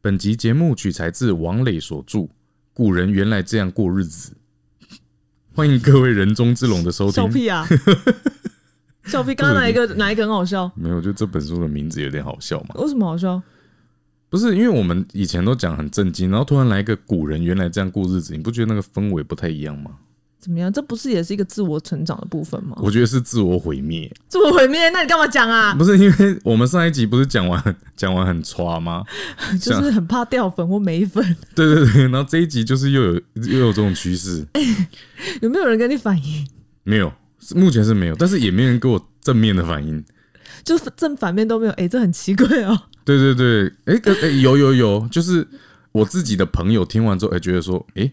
本集节目取材自王磊所著，古人原来这样过日子。欢迎各位人中之龙的收笑听。屁啊！笑屁！刚刚哪一个哪一个很好笑？没有，就这本书的名字有点好笑嘛。为什么好笑？不是，因为我们以前都讲很震惊，然后突然来一个古人原来这样过日子，你不觉得那个氛围不太一样吗？怎么样？这不是也是一个自我成长的部分吗？我觉得是自我毁灭。自我毁灭？那你干嘛讲 啊？不是因为我们上一集不是讲完讲完很抓吗？就是很怕掉粉或没粉。对对对，然后这一集就是又有又有这种趋势，有没有人跟你反映？没有，是目前是没有，但是也没人给我正面的反应。就是正反面都没有。哎、这很奇怪哦。对对对，哎、可哎有有有，就是我自己的朋友听完之后，哎、觉得说，哎、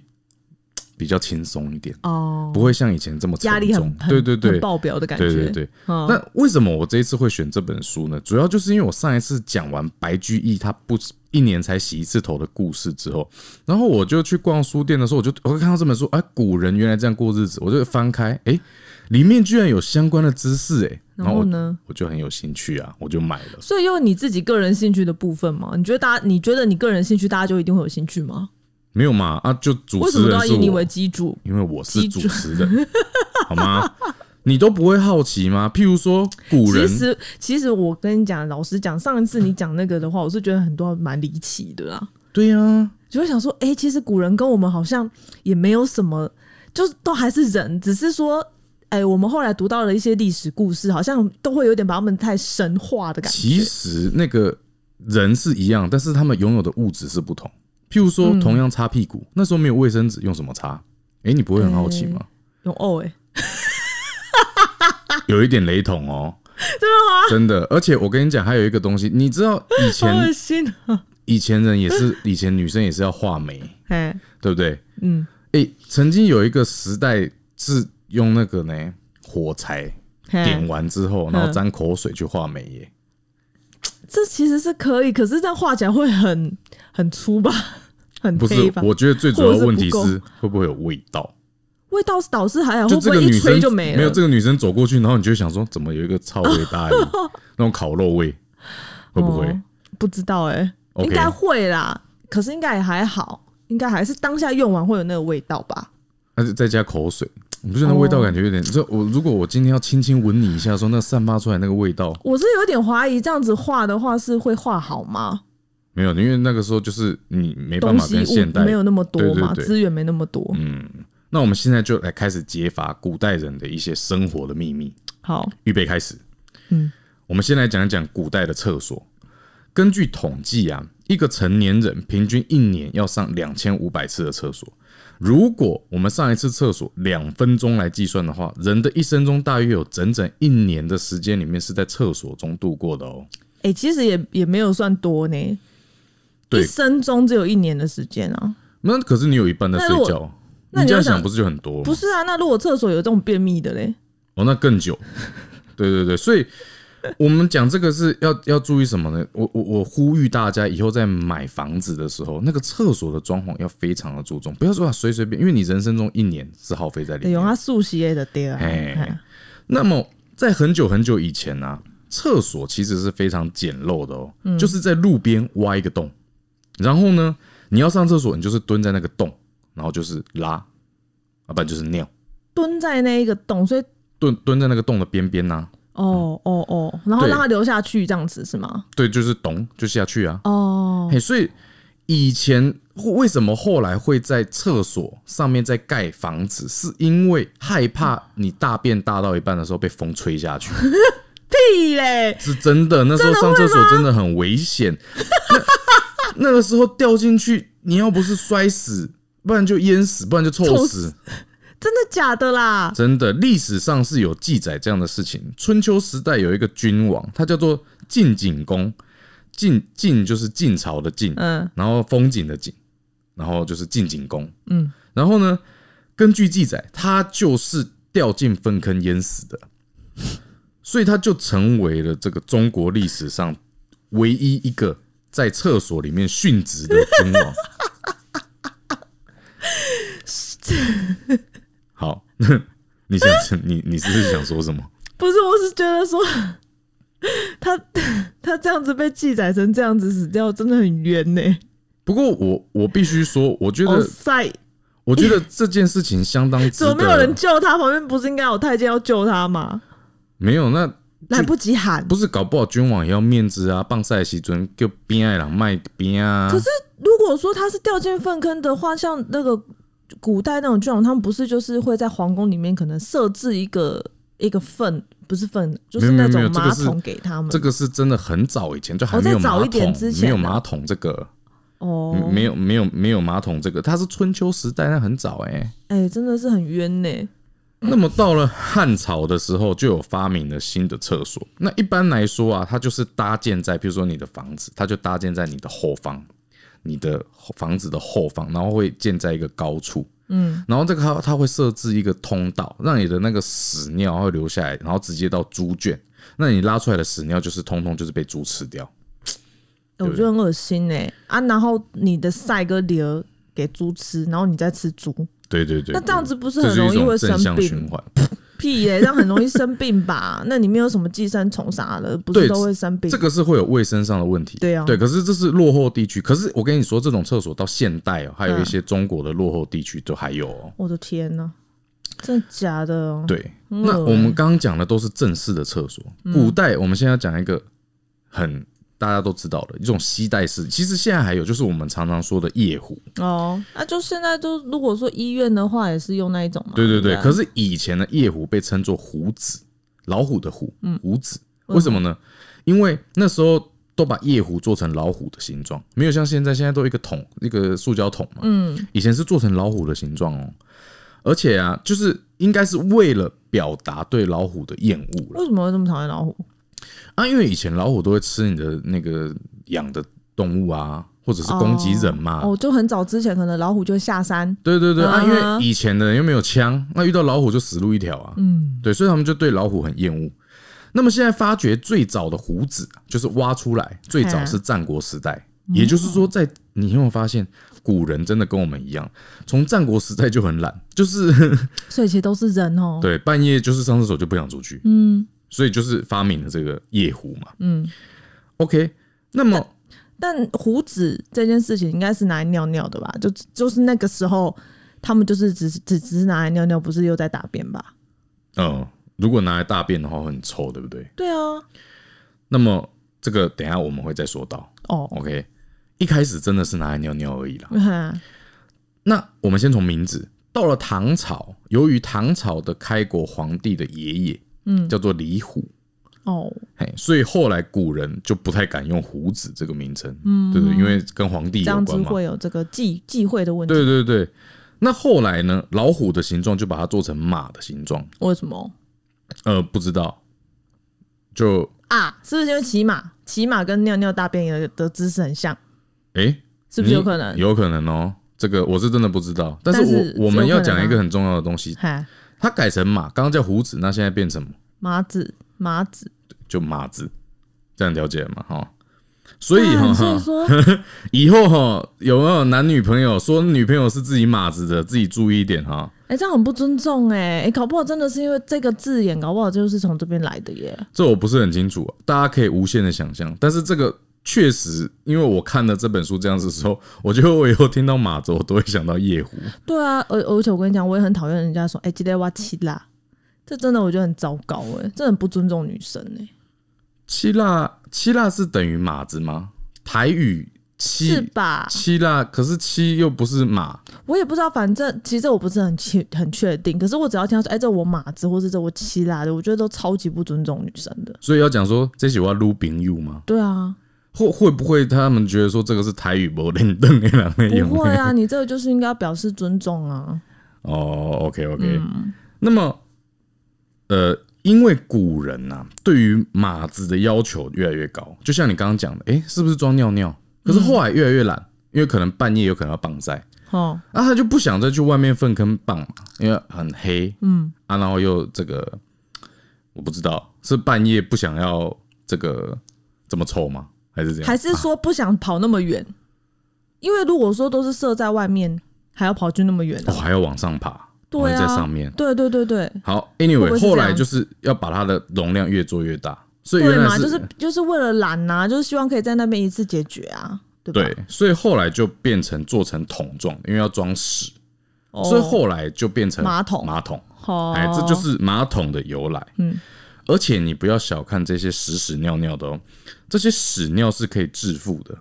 比较轻松一点，哦，不会像以前这么沉压力很重很对对对很，爆表的感觉。对对对。嗯那为什么我这一次会选这本书呢？主要就是因为我上一次讲完白居易他不一年才洗一次头的故事之后，然后我就去逛书店的时候，我就我会看到这本书，哎、古人原来这样过日子，我就翻开，哎、里面居然有相关的知识、哎，然后我呢？我就很有兴趣啊，我就买了。所以又你自己个人兴趣的部分嘛？你觉得大家？你觉得你个人兴趣，大家就一定会有兴趣吗？没有嘛？啊，就主为什持么都人要是以你我为，基础？因为我是基主主持人， 好吗？你都不会好奇吗？譬如说古人其，实，其实我跟你讲，老实讲，上一次你讲那个的话，我是觉得很多蛮离奇的啦。对啊呀、就会想说，哎、其实古人跟我们好像也没有什么，就是都还是人，只是说，哎、我们后来读到了一些历史故事，好像都会有点把他们太神化的感其觉。实那个人是一样，但是他们拥有的物质是不同。譬如嗯说，同样擦屁股，那时候没有卫生纸，用什么擦？哎、你不会很好奇吗？有哦、哎，有一点雷同 哦。真的吗？真的，而且我跟你讲，还有一个东西，你知道以 好前恶哦心啊！以前人也是，以前女生也是要画眉，哎，对不对？嗯，哎、曾经有一个时代是用那个呢火柴嘿点完之嗯后，然后沾口水去画眉耶。这其实是可以，可是这样画起来会很很粗吧，很不是黑吧，？我觉得最主要的问题或者是会不会有味道？味道是导师还好，会就不这个会女一吹生就没了？有这个女生走过去，然后你就会想说，怎么有一个臭味大 衣，那种烤肉味，会不会？哦不知道哎、 OK 应该会啦，可是应该也还好，应该还是当下用完会有那个味道吧。那就再加口水，你不觉得那味道感觉有哦点？就我如果我今天要轻轻闻你一下，说那散发出来那个味道，我是有点怀疑，这样子画的话是会画好吗？没有，因为那个时候就是你没办东法西跟现代物没有那么多嘛，对对对资源没那么多。嗯，那我们现在就来开始揭发古代人的一些生活的秘密。好，预备开始。嗯，我们先来讲一讲古代的厕所。根据统计啊，一个成年人平均一年要上两千五百次的厕所。如果我们上一次厕所两分钟来计算的话，人的一生中大约有整整一年的时间里面是在厕所中度过的哦。哎、其实也也没有算多呢。对一生中只有一年的时间啊。那可是你有一半在睡那如觉，哦那你你这要样想想不是就很多吗？不是啊，那如果厕所有这种便秘的嘞，哦，那更久。对对对，所以我们讲这个是要要注意什么呢？我我我呼吁大家以后在买房子的时候，那个厕所的装潢要非常的注重，不要说啊随随便，因为你人生中一年是耗费在里得用面。它速写的对啊。哎哎那么在很久很久以前呢、啊，厕所其实是非常简陋的哦，就是在路边挖一个洞，然后呢，你要上厕所，你就是蹲在那个洞，然后就是拉，啊要不然就是尿，蹲在那一个洞，所以蹲蹲在那个洞的边啊边呐。哦哦哦，然后对让它流下去这样子是吗？对，就是咚就下去啊。哦，嘿，所以以前为什么后来会在厕所上面再盖房子，是因为害怕你大便大到一半的时候被风吹下 去，屁嘞！是真的。那时候上厕所真的很危险， 那那个时候掉进去，你要不是摔死，不然就淹死，不然就臭臭死。真的假的啦？真的，历史上是有记载这样的事情。春秋时代有一个君王，他叫做晋景公，晋晋就是晋朝的晋，嗯然后风景的景，然后就是晋景公。嗯，然后呢，根据记载，他就是掉进粪坑淹死的，所以他就成为了这个中国历史上唯一一个在厕所里面殉职的君 王。好，你想 你你是不是想说什么？不是，我是觉得说 他他这样子被记载成这样子死掉，真的很冤呢、不过我我必须说，我觉哇得塞，我觉得这件事情相当值哦怎么没有人得，救他？旁边不是应该有太监要救他吗？没有那来不及喊。不是搞不好君王也要面子啊，棒赛西尊就边爱郎卖边啊。可是如果说他是掉进粪坑的话，像那个古代那种君王，他们不是就是会在皇宫里面可能设置一个一个粪，不是粪，就是没有那没有种这个马是桶给他们。这个是真的很早以前就还没有哦再马早桶，一点之前啊没有马桶这个，哦，没有没有没有马桶这个，它是春秋时代，那很早哎、哎、真的是很冤呢、那么到了汉朝的时候，就有发明了新的厕所。那一般来说啊，它就是搭建在，比如说你的房子，它就搭建在你的后方，你的房子的后方，然后会建在一个高处。嗯，然后这个它它会设置一个通道，让你的那个屎尿会流下来，然后直接到猪圈。那你拉出来的屎尿就是通通就是被猪吃掉。哎我觉得很恶心呢、啊，然后你的塞跟流给猪吃，然后你再吃猪，对对对，那这样子不是对很这容是易一会种生正向病循？环。屁耶、这样很容易生病吧？那里面有什么寄生虫啥的，不是对都会生病？这个是会有卫生上的问题。对啊对，可是这是落后地区。可是我跟你说，这种厕所到现代哦，还嗯有一些中国的落后地区都还有哦。我的天呐、真的假的哦？对，那我们刚刚讲的都是正式的厕所。嗯古代，我们现在讲一个很大家都知道的一种西代式，其实现在还有，就是我们常常说的夜壶。哦，那就现在都如果说医院的话，也是用那一种嘛。对对对嗯对，啊不可是以前的夜壶被称作虎子，老虎的虎，虎子，嗯为什么呢？因为那时候都把夜壶做成老虎的形状，没有像现在，现在都一个桶，一个塑胶桶嘛。嗯，以前是做成老虎的形状哦，而且啊，就是应该是为了表达对老虎的厌恶了为什么会这么讨厌老虎？啊，因为以前老虎都会吃你的那个养的动物啊，或者是攻击人嘛。哦，就很早之前可能老虎就下山，对对对，啊，嗯因为以前的人又没有枪，那遇到老虎就死路一条啊。嗯，对，所以他们就对老虎很厌恶。那么现在发掘最早的胡子，就是挖出来，最早是战国时代，也就是说在，你有没有发现，古人真的跟我们一样，从战国时代就很懒，就是 所以其实都是人哦。对半夜就是上厕所就不想出去，嗯，所以就是发明了这个夜壶嘛，嗯，OK，那么但胡子这件事情应该是拿来尿尿的吧？就就是那个时候，他们就是只只只是拿来尿尿，不是又在大便吧？嗯、呃如果拿来大便的话会很臭，对不对？对啊，那么这个等一下我们会再说到。哦， OK，一开始真的是拿来尿尿而已啦。嗯那我们先从名字，到了唐朝，由于唐朝的开国皇帝的爷爷，嗯，叫做李虎，哦，嘿，所以后来古人就不太敢用虎子这个名称，嗯，对不对？因为跟皇帝这有样子关嘛。会有这个忌忌讳的问题。对对对。那后来呢？老虎的形状就把它做成马的形状，为什么呃，不知道，就啊？是不是因为骑马？骑马跟尿尿大便有的姿势很像，诶。是不是有可能你？有可能哦。这个我是真的不知道，但是但是我我们有要可能讲一啊个很重要的东西，嗨，它改成马，刚刚叫胡子，那现在变成麻子麻子，就马子，这样了解了吗？哈，所以啊所以哈，说 以后哈，有没有男女朋友说女朋友是自己马子的，自己注意一点哈。哎、这样很不尊重哎、哎、搞不好真的是因为这个字眼，搞不好就是从这边来的耶。这我不是很清楚、啊大家可以无限的想象，但是这个确实，因为我看了这本书这样子的时候，我觉得我以后听到马子，我都会想到夜壶。对啊，而而且我跟你讲，我也很讨厌人家说哎，今天挖七嗯啦，这真的我觉得很糟糕哎、这很不尊重女生哎、七辣七辣是等于马子吗？台语是七吧？七辣，可是七又不是马，我也不知道，反正其实我不是很确很确定，可是我只要听到说哎、这我马子或是这我七啦的，我觉得都超级不尊重女生的。所以要讲说这喜欢撸饼友吗？对啊，会会不会他们觉得说这个是台语不认凳的人的用不会啊， 你这个就是应该要表示尊重啊。哦，OK OK，、那嗯么呃，因为古人呐、对于马子的要求越来越高，就像你刚刚讲的，诶，是不是装尿尿？可是后来越来越懒，因为可能半夜有可能要棒晒，哦，啊，他就不想再去外面粪坑棒嘛，因为很黑，嗯，啊，然后又这个我不知道是半夜不想要这个这么臭吗？还是这样？还是说不想跑那么远？因为如果说都是设在外面，还要跑去那么远、哦，还要往上爬，对还啊，在上面。对对对对，好会，anyway，不会是后这来样就是要把它的容量越做越大，所以对原来嘛，就是就是为了懒呐、就是希望可以在那边一次解决啊。对吧？对，所以后来就变成做成桶状，因为要装屎，哦所以后来就变成马桶马桶，哦，哎，这就是马桶的由来。嗯，而且你不要小看这些屎屎尿尿的哦，这些屎尿是可以致富的。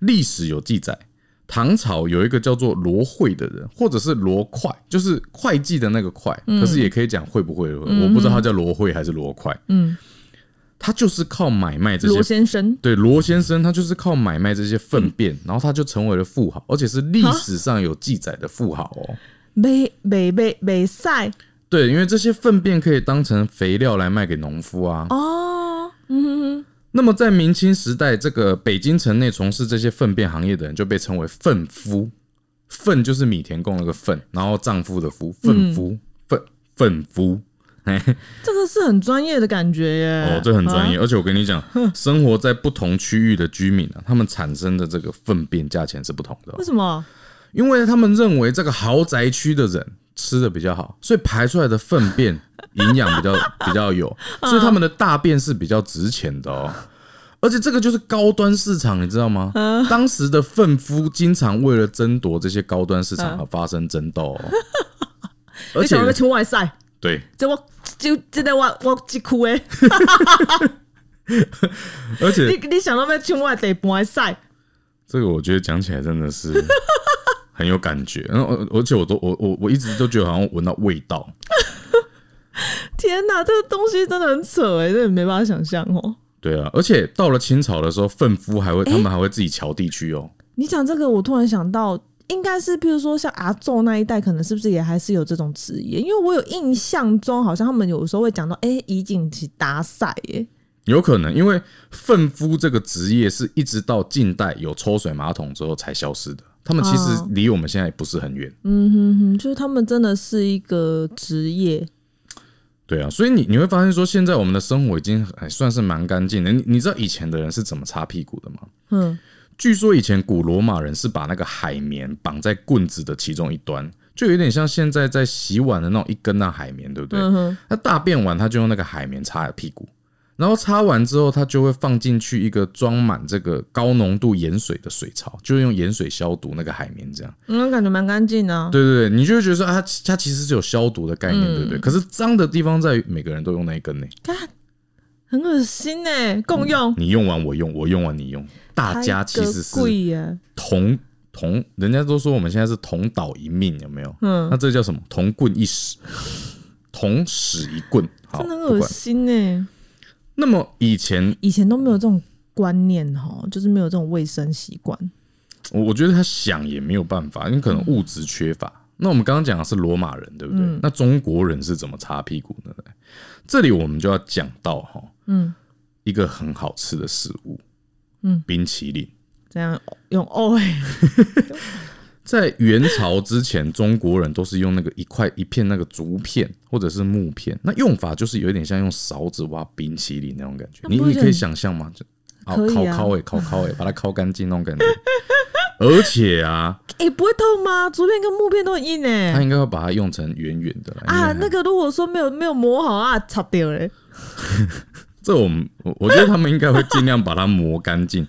历史有记载，唐朝有一个叫做罗会的人，或者是罗快，就是会计的那个快，嗯可是也可以讲会不会，我不知道他叫罗会还是罗快。嗯，他就是靠买卖这些罗先生对，罗先生他就是靠买卖这些粪嗯便，然后他就成为了富豪，而且是历史上有记载的富豪哦。没没没没赛对，因为这些粪便可以当成肥料来卖给农夫啊。哦，那么在明清时代，这个北京城内从事这些粪便行业的人就被称为粪夫。粪就是米田共那个粪，然后丈夫的夫，粪夫，粪粪夫。这个是很专业的感觉耶。哦，这很专啊。业，而且我跟你讲，生活在不同区域的居民啊，他们产生的这个粪便价钱是不同的哦啊为。什么？因为他们认为这个豪宅区的人吃的比较好，所以排出来的粪 便营养比较比较有，嗯所以他们的大便是比较值钱的哦。而且这个就是高端市场，你知道吗？嗯当时的粪夫经常为了争夺这些高端市场而发生争斗、 哦，而嗯你且想要请外赛？对，这我就这个我我几哭诶！而且你你想到要请外地半赛？这个我觉得讲起来真的是很有感觉，然后而且我都我我我一直都觉得好像闻到味道，天哪，这个东西真的很扯哎，这也没办法想象哦。对啊，而且到了清朝的时候，粪夫还会，他们还会自己瞧地区哦。你讲这个，我突然想到，应该是譬如说像阿昼那一代，可能是不是也还是有这种职业？因为我有印象中，好像他们有时候会讲到，哎、以景去打赛耶。有可能，因为粪夫这个职业是一直到近代有抽水马桶之后才消失的。他们其实哦离我们现在也不是很远，嗯，就是他们真的是一个职业，对啊，所以你你会发现说，现在我们的生活已经还算是蛮干净的。你你知道以前的人是怎么擦屁股的吗？嗯，据说以前古罗马人是把那个海绵绑在棍子的其中一端，就有点像现在在洗碗的那种一根那海绵，对不对？嗯哼，他大便完，他就用那个海绵擦屁股，然后擦完之后，他就会放进去一个装满这个高浓度盐水的水槽，就用盐水消毒那个海绵，这样。嗯，感觉蛮干净的啊、对对对，你就会觉得说啊，它它其实是有消毒的概念，嗯对不对？可是脏的地方在于每个人都用那一根呢、看，很恶心哎，共用，你用完我用，我用完你用，大嗯家其实太贵是耶，同同，人家都说我们现在是同岛一命，有没有？嗯那这叫什么？同棍一矢，同矢一棍。好，真的很不恶管。心哎。那么以前以前都没有这种观念哦，就是没有这种卫生习惯。我我觉得他想也没有办法，因为可嗯能物质缺乏。那我们刚刚讲的是罗马人，对不对？那中国人是怎么擦屁股的呢？这里我们就要讲到哈，嗯，一个很好吃的食物，嗯，冰淇淋。这样用哦哎，在元朝之前，中国人都是用那个一块一片那个竹片或者是木片，那用法就是有点像用勺子挖冰淇淋那种感觉。那你不会你可以很想象吗？就啊，可以烤啊烤诶，烤烤诶，把它烤干净那种感觉。 而且啊，哎、不会痛吗？竹片跟木片都很硬哎、他应该会把它用成圆圆的啦因为啊，它那个如果说没有没有磨好啊，擦掉嘞。这我们我我觉得他们应该会尽量把它磨干净。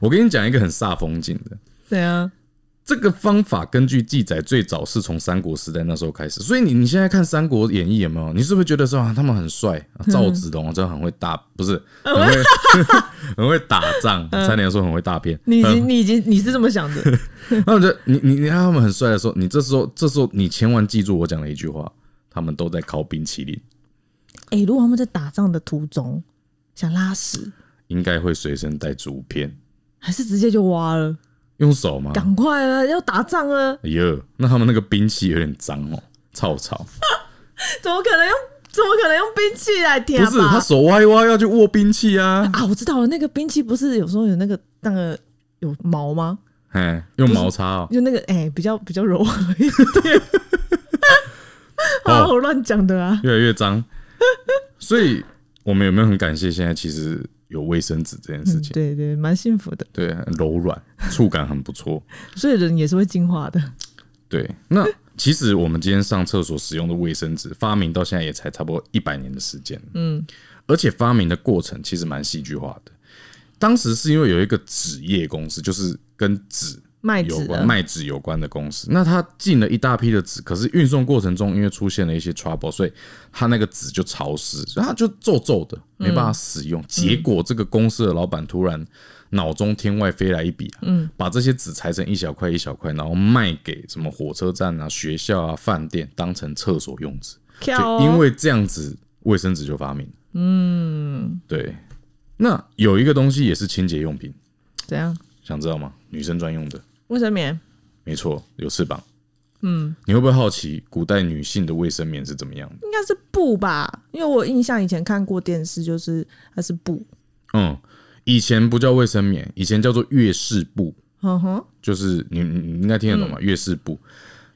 我跟你讲一个很煞风景的，对啊，这个方法根据记载最早是从三国时代那时候开始，所以你你现在看《三国演义》有没有？你是不是觉得说啊，他们很帅，啊嗯赵子龙真的很会打，不是哦很会 很会打仗，差点说很会大便。嗯你已很经你已经你是这么想的， 那我觉得你你你看他们很帅的时候，你这时候这时候你千万记住我讲的一句话，他们都在烤冰淇淋，哎、如果他们在打仗的途中想拉屎，应该会随身带竹片，还是直接就挖了，用手吗？赶快啊，要打仗了，哎呦，那他们那个兵器有点脏哦，臭臭。怎么可能用怎么可能用兵器来填不吧？是，他手歪一歪要去握兵器啊，啊，我知道了，那个兵器不是有时候有那个那个有毛吗？哎，用毛擦哦。就那个哎、比较比较柔和一点。啊，哦我乱讲的啊！越来越脏。 所以我们有没有很感谢现在其实有卫生纸这件事嗯情？对对，蛮幸福的，对，啊很柔软，触感很不错。所以人也是会进化的。啊对，那其实我们今天上厕所使用的卫生纸，发明到现在也才差不多一百年的时间。嗯，而且发明的过程其实蛮戏剧化的。当时是因为有一个纸业公司，就是跟纸卖有纸关的，卖纸有关的公司，那他进了一大批的纸，可是运送过程中因为出现了一些 trouble，所以他那个纸就潮湿，所以他就皱皱的，没办嗯法使用。结果这个公司的老板突然脑中天外飞来一笔、啊，嗯，把这些纸裁成一小块一小块，然后卖给什么火车站啊、学校啊、饭店，当成厕所用纸。跳就哦因为这样子，卫生纸就发明。嗯，对。那有一个东西也是清洁用品，怎样想知道吗？女生专用的。卫生棉没错，有翅膀。嗯，你会不会好奇古代女性的卫生棉是怎么样的？应该是布吧？因为我印象以前看过电视，就是它是布，嗯，以前不叫卫生棉，以前叫做月事布，哼嗯哼，就是你你你应该听得懂吧？月事布。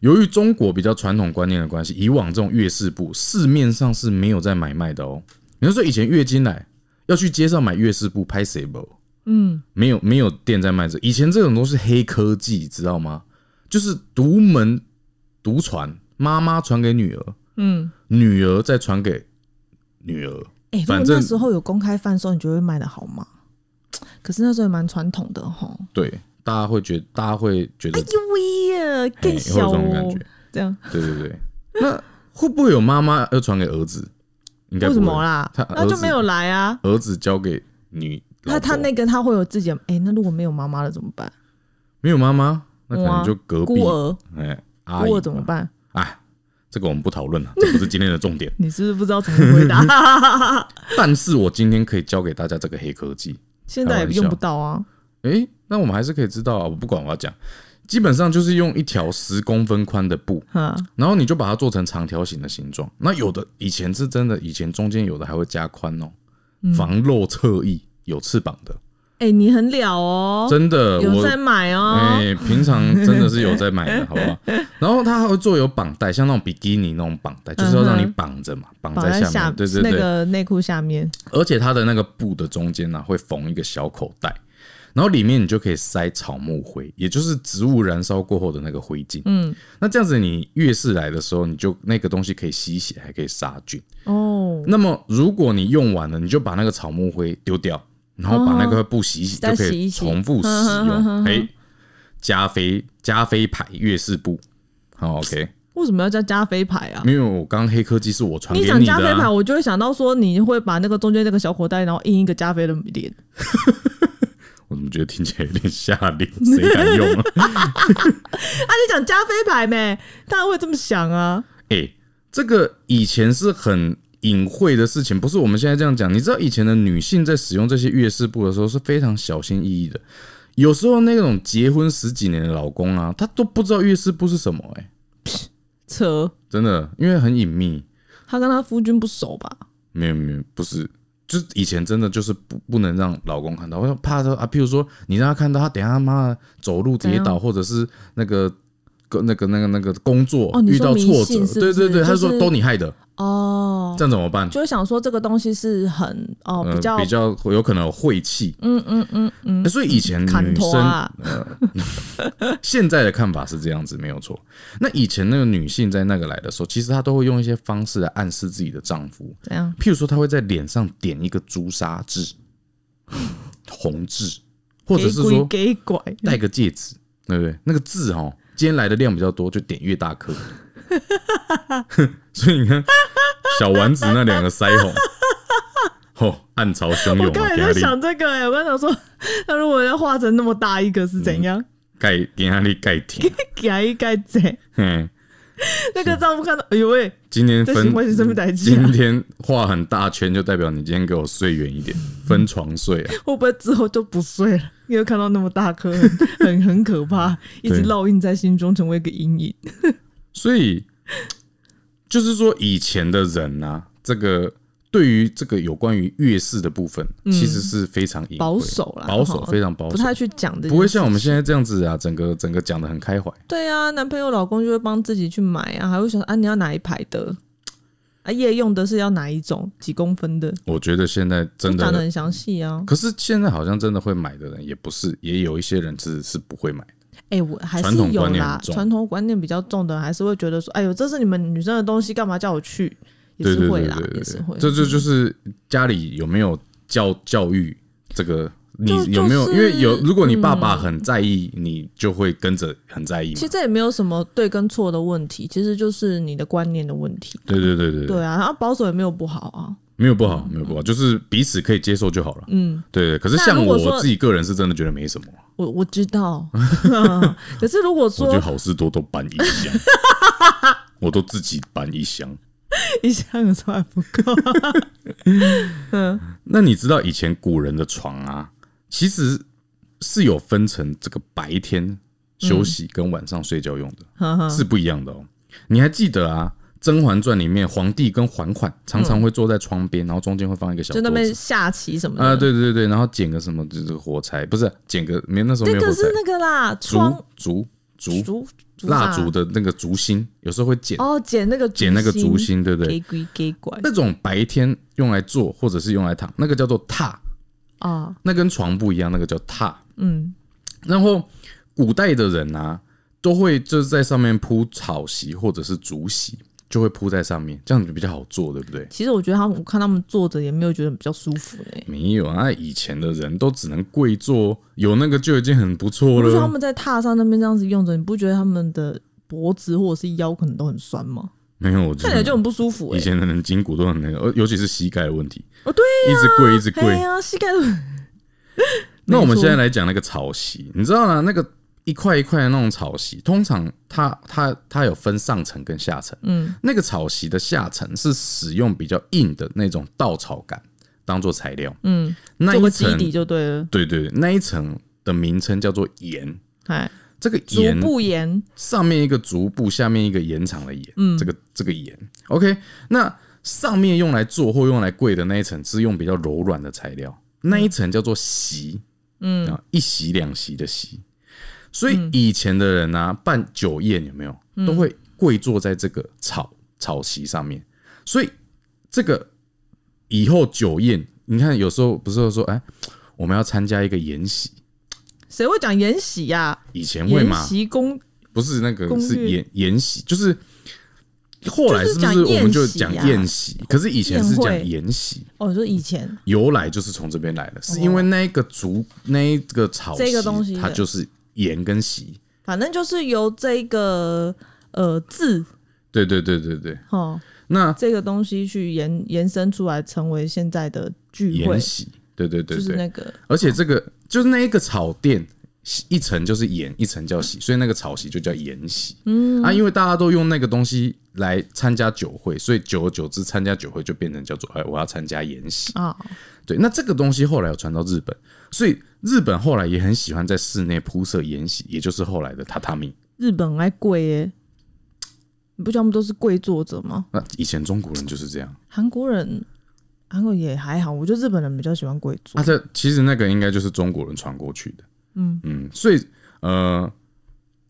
由于中国比较传统观念的关系，以往这种月事布市面上是没有在买卖的哦。你说以前月经来要去街上买月事布，拍谁不？嗯，没有没有店在卖这，以前这种都是黑科技，知道吗？就是独门独传，妈妈传给女儿，嗯，女儿再传给女儿。哎、如果反正那时候有公开贩售，你觉得会卖的好吗？可是那时候也蛮传统的吼，对，大家会觉大家会觉得，因嘿为哎更哎会有小哎这种感哦觉，。这样对对对， 那会不会有妈妈要传给儿子？应该为不什么会。啦他？那儿就子没有来啊。儿子交给女老婆，那他那个他会有自己的，哎、那如果没有妈妈了怎么办？没有妈妈，那可哇能就隔壁孤儿，哎阿姨孤儿怎么办？。哎，这个我们不讨论了，这不是今天的重点 你是不是不知道怎么回 答？但是我今天可以教给大家这个黑科技。现在也用不到啊。诶、那我们还是可以知道啊，我不管我要讲，基本上就是用一条十公分宽的布，哈，然后你就把它做成长条形的形状。那有的以前是真的，以前中间有的还会加宽哦，嗯防漏侧翼，有翅膀的，哎、你很了哦，真的有我在。买哦。哎、平常真的是有在买的，好不 好？然后它还会做有绑带，像那种比基尼那种绑带，就是要让你绑着嘛，绑嗯绑在在下面。下对对对，那个内裤下面，而且它的那个布的中间呢、会缝一个小口袋，然后里面你就可以塞草木灰，也就是植物燃烧过后的那个灰烬。嗯，那这样子你月事来的时候，你就那个东西可以吸血，还可以杀菌。哦，那么如果你用完了，你就把那个草木灰丢掉，然后把那个布洗一洗，哦就可再洗以一洗嗯重复使用。哎，加菲加菲牌月事布。好，OK，为什么要叫加菲牌啊？没有，我刚刚黑科技是我嗯传给你你讲的、加菲牌，啊。我就会想到说你会把那个中间那个小口袋，然后印一个加菲的脸。啊我怎么觉得听起来有点下流？谁敢用啊？ 啊，你讲加菲牌没？当然会这么想啊。哎、这个以前是很隐晦的事情，不是我们现在这样讲。你知道以前的女性在使用这些月事布的时候是非常小心翼翼的，有时候那种结婚十几年的老公啊，他都不知道月事布是什么、哎，扯，真的，因为很隐秘。他跟他夫君不熟吧？没有没有，不是，就是以前真的就是不不能让老公看到，我怕说啊，譬如说你让他看到，他等一下他妈的走路跌怎倒，或者是那个。那个、那个、那个工作、哦你说遇到迷挫折，信是不对对是对，他就说是都你害的，哦，这样怎么办？就会想说这个东西是很哦呃比较比较有可能有晦气。嗯嗯嗯嗯。所以以前砍女头生呃 啊，现在的看法是这样子，没有错。那以前那个女性在那个来的时候，其实她都会用一些方式来暗示自己的丈夫，怎样？譬如说她会在脸上点一个朱砂痣、 红痣，或者是说给鬼给戴个戒指，对不对？那个痣哈，今天来的量比较多，就点越大颗。 所以你看，小丸子那两个腮红， 吼，暗潮汹鬼。涌我啊！刚才给他在力想这个哎、我刚想说， 那如果要画成那么大一个是怎样？ 盖给他力盖甜。 改一改怎？嘿，那个丈夫看到，哎呦喂，今天这行分为是什么代志啊今？天画很大圈，就代表你今天给我睡远一点，分床睡啊。会不会之后就不睡了？因为看到那么大颗，很很很可怕，一直对烙印在心中，成为一个阴影。所以就是说，以前的人啊，这个对于这个有关于月事的部分，其实是非常隐晦嗯保守啦保守哈非常保不守太。去讲这件事，不会像我们现在这样子啊，整个整个讲的很开怀。对啊，男朋友老公就会帮自己去买啊，还会想啊你要哪一排的，啊夜用的是要哪一种几公分的，我觉得现在都真讲的的，很详细啊。可是现在好像真的会买的人也不是，也有一些人是是不会买。哎、我还传是统有观念啦很，重传统观念比较重的，还是会觉得说，哎呦，这是你们女生的东西，干嘛叫我去？也对对是对会嗯对啦对，也是会。这这就是家里有没有教教育这个你有没有？因为有，如果你爸爸很在意，你就会跟着很在意嘛嗯其实。这也没有什么对跟错的问题，其实就是你的观念的问题。对对对对对啊，然后保守也没有不好啊。没有不好，没有不好，就是彼此可以接受就好了。嗯，对对。可是那像如果我说自己个人是真的觉得没什么，我我知 道，可是如果我觉得说好事多都搬一 箱，我都自己搬一箱。一箱有时候还不 够，那你知道以前古人的床啊，其实是有分成这个白天休息跟晚上睡觉用的，嗯是不一样的哦。你还记得啊，《甄嬛传》里面皇帝跟嬛嬛常常会坐在窗边，然后中间会放一个小嗯就桌那边嗯子。下棋什么的。哎啊，对对对对，然后捡个什么就是火柴，不是捡个没那时候没有这火个柴是，那个啦，窗竹竹竹竹竹蜡啥烛的那个竹芯，有时候会捡哦，剪那个捡那个竹，芯，对不对？给鬼给拐那种白天用来坐或者是用来躺，那个叫做榻，啊，那跟床不一样，那个叫榻。嗯然后古代的人啊，都会就是在上面铺草席或者是竹席，就会铺在上面，这样子比较好坐，对不对？其实我觉得他们，我看他们坐着也没有觉得比较舒服哎、没有啊，以前的人都只能跪坐，有那个就已经很不错我不觉得他了。们在踏上那边这样子用着，你不觉得他们的脖子或者是腰可能都很酸吗？没有，我看起来真就的很不舒服哎、以前的人筋骨都很那个，呃尤其是膝盖的问题，哦，对呀、一直跪一直对啊跪。哎呀、膝盖那我们现在来来讲那个草席，你知道吗？那个一块一块的那种草席，通常它它它有分上层跟下层。嗯，那个草席的下层是使用比较硬的那种稻草杆当做材料。嗯，那做一个基层，底就对了，对对对，那一层的名称叫做檐。哎，这个足檐部炎上面一个足部，下面一个延长的延，这个这个延。OK，那上面用来坐或用来跪的那一层是用比较柔软的材料，那一层叫做席，嗯，啊，一席两席的席。所以以前的人啊，办酒宴有没有都会跪坐在这个草草席上面，所以这个以后酒宴，你看有时候不是会说，哎，我们要参加一个筵席，谁会讲啊延禧呀、以前会延嘛，禧宫不是那个攻略是宴宴席，就是后来是不就是是讲我们就宴席讲啊宴席？可是以前是宴讲会宴席，哦，你说以前由来就是从这边来的，是因为那一个竹那一个草席，哦这个东西的它就是盐跟席。反正就是由这个呃字对对对对对，哦那这个东西去延延伸出来，成为现在的聚会盐，席，对对对就是对，那个而且这个就是那一个草甸。一层就是盐，一层叫席，所以那个草席就叫盐席。嗯啊，因为大家都用那个东西来参加酒会，所以久而久之，参加酒会就变成叫做哎，我要参加宴席。啊，对，那这个东西后来有传到日本，所以日本后来也很喜欢在室内铺设筵席，也就是后来的榻榻米。日本很爱跪耶，你不觉得他们都是跪坐着吗？那以前中国人就是这样，韩国人，韩国也还好，我觉得日本人比较喜欢跪坐啊，。这其实那个应该就是中国人传过去的。嗯嗯，所以呃，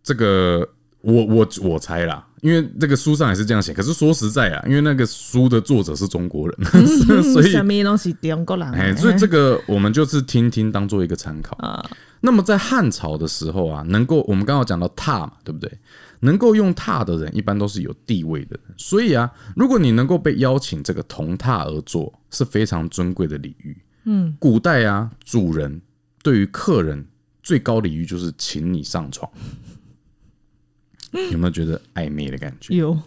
这个我我我猜啦，因为这个书上也是这样写。可是说实在啊，因为那个书的作者是中国人， 所以什么东西中国人的？哎，所以这个我们就是听听当做一个参考嗯那么在汉朝的时候啊，能够我们刚好讲到榻嘛，对不对？能够用榻的人，一般都是有地位的人。所以啊，如果你能够被邀请这个同榻而坐，是非常尊贵的礼遇。嗯，古代啊，主人对于客人最高礼遇就是请你上床。有没有觉得暧昧的感觉？有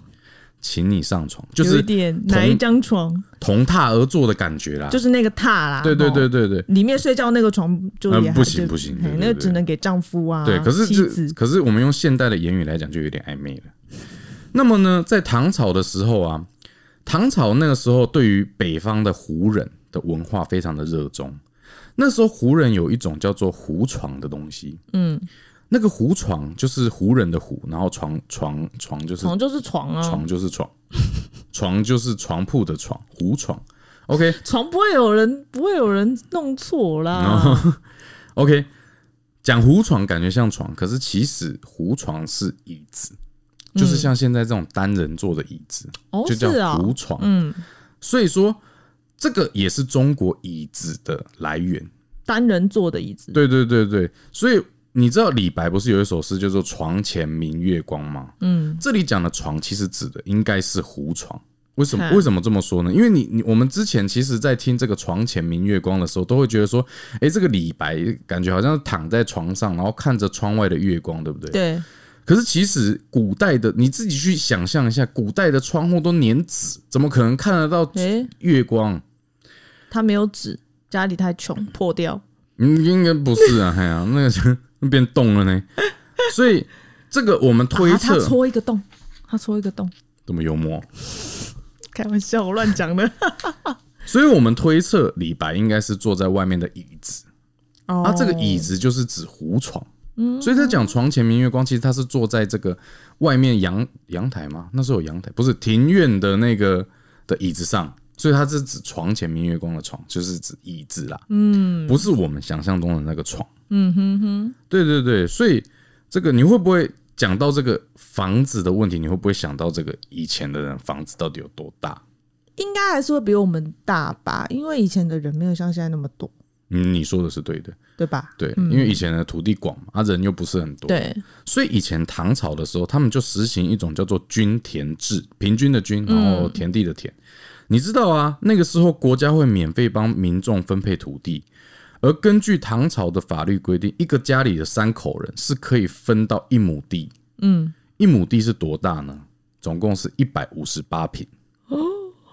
请你上床，就有一是点哪一张床，同榻而坐的感觉啦。就是那个榻啦。啊对对哦对对对，里面睡觉那个床就呃也还不行就不行哎对对那个对只能给丈夫啊，对，可是妻子这可是我们用现代的言语来讲，就有点暧昧了。那么呢，在唐朝的时候啊，唐朝那个时候对于北方的胡人的文化非常的热衷。那时候胡人有一种叫做胡床的东西，嗯，那个胡床就是胡人的胡，然后床床床就是床就是床啊，床就是床，床就是床铺的床，胡床。OK，床不会有人不会有人弄错啦， 哦 OK，讲胡床感觉像床，可是其实胡床是椅子，就是像现在这种单人坐的椅子，嗯哦就是叫啊，胡床。嗯，所以说，这个也是中国椅子的来源。单人坐的椅子，对对对对，所以你知道李白不是有一首诗叫做“床前明月光”吗？嗯，这里讲的床其实指的应该是胡床，为什么？嗯为什么这么说呢？因为你你我们之前其实，在听这个“床前明月光”的时候，都会觉得说，哎、这个李白感觉好像躺在床上，然后看着窗外的月光，对不对？对，可是其实古代的你自己去想象一下，古代的窗户都粘纸，怎么可能看得到诶、月光？他没有纸，家里太穷，破掉。嗯，应该不是啊，哎 呀、那个就变洞了呢。所以这个我们推啊、他测、戳一个洞，他戳一个洞，这么幽默，开玩笑，我乱讲的。所以我们推测李白应该是坐在外面的椅子，哦 啊，这个椅子就是指胡床。所以他讲床前明月光，其实他是坐在这个外面阳阳台吗？那时候有阳台，不是庭院的那个的椅子上，所以他是指床前明月光的床，就是指椅子啦。嗯，不是我们想象中的那个床。嗯哼哼，对对对，所以这个你会不会讲到这个房子的问题？你会不会想到这个以前的人房子到底有多大？应该还是会比我们大吧，因为以前的人没有像现在那么多，嗯，你说的是对的，对吧？对，因为以前的土地广嘛，啊，人又不是很多，对，所以以前唐朝的时候，他们就实行一种叫做均田制，平均的均，然嗯后田地的田。你知道啊，那个时候国家会免费帮民众分配土地，而根据唐朝的法律规定，一个家里的三口人是可以分到一亩地。嗯，一亩地是多大呢？总共是一百五十八平。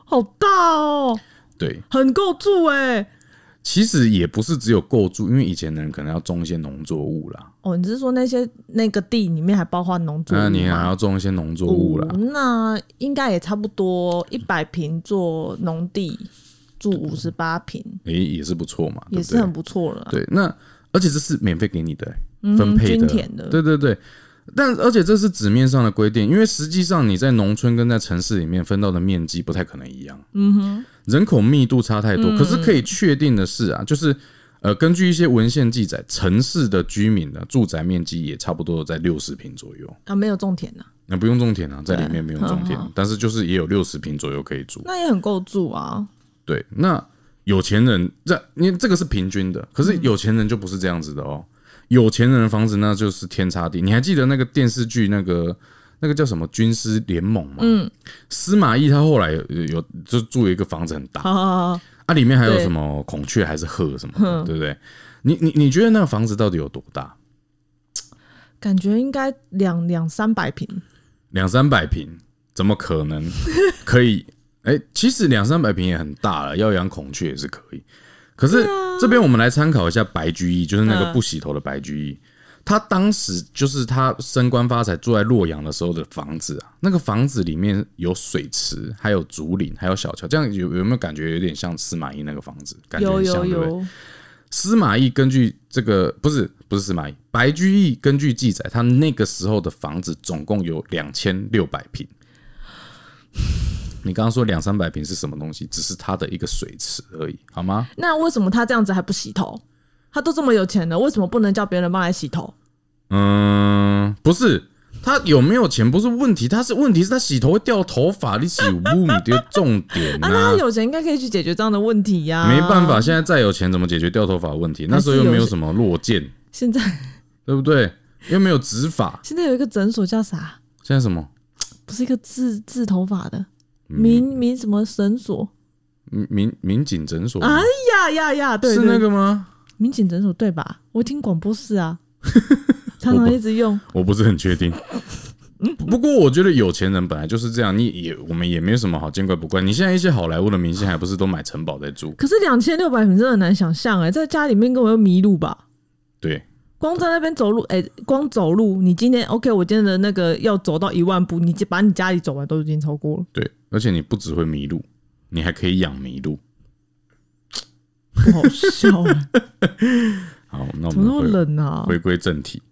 好大哦，对，很够住哎、其实也不是只有构筑，因为以前的人可能要种一些农作物啦，哦，你是说那些那个地里面还包括农作物那吗？啊你还要种一些农作物啦哦。那应该也差不多一百平做农地，住五十八平，诶、也是不错嘛，对也不是对？很不错了啊。对，那而且这是免费给你的、欸分配的，嗯均田的对对对。但而且这是纸面上的规定，因为实际上你在农村跟在城市里面分到的面积不太可能一样，嗯哼，人口密度差太多。嗯可是可以确定的是啊，就是呃，根据一些文献记载，城市的居民呢，住宅面积也差不多在六十平左右。啊，没有种田呐、那不用种田啊，在里面没有种嗯田，但是就是也有六十平左右可以住。那也很够住啊。对，那有钱人这因为这个是平均的，可嗯是有钱人就不是这样子的哦。有钱人的房子那就是天差地。你还记得那个电视剧那个那个叫什么《军师联盟》吗？嗯，司马懿他后来有有就住一个房子很大，好好好，啊，里面还有对什么孔雀还是鹤什么的，对不对？你你你觉得那个房子到底有多大？感觉应该两两三百平，两三百平，怎么可 能可以？哎、其实两三百平也很大了，要养孔雀也是可以。可是这边我们来参考一下白居易，就是那个啊嗯不洗头的白居易。他当时就是他升官发财，住在洛阳的时候的房子啊，那个房子里面有水池，还有竹林，还有小桥，这样有有没有感觉有点像司马懿那个房子？感觉有很像，有对不对？有，司马懿根据这个不是不是司马懿，白居易根据记载，他那个时候的房子总共有两千六百平。你刚刚说两三百平是什么东西？只是他的一个水池而已，好吗？那为什么他这样子还不洗头？他都这么有钱了，为什么不能叫别人帮来洗头？嗯，不是，他有没有钱不是问题，他是问题是他洗头会掉头发，你洗污你的重点啊，那啊他。有钱啊应该可以去解决这样的问题呀、没办，法，现在再有钱怎么解决掉头发的问题？那时候又没有什么落剑，现在，对不对？又没有植发现在有一个诊所叫啥？现在什么不是一个治治头发的嗯民民什么诊所？民民民警诊所吗哎呀呀呀，对嗯是那对个吗？民警诊所对吧？我听广播 室啊，常常一直用。我不是很确定。嗯不过我觉得有钱人本来就是这样，你也我们也没有什么好见怪不怪。你现在一些好莱坞的明星还不是都买城堡在住？可是两千六百平真的很难想象哎、在家里面根本就迷路吧？对，光在那边走路，哎、光走路，你今天 OK，我今天的那个要走到一万步，你就把你家里走完都已经超过了，对，而且你不只会迷路，你还可以养麋鹿。不好笑、欸啊，好，那我 怎么那们么回冷啊？回归正题。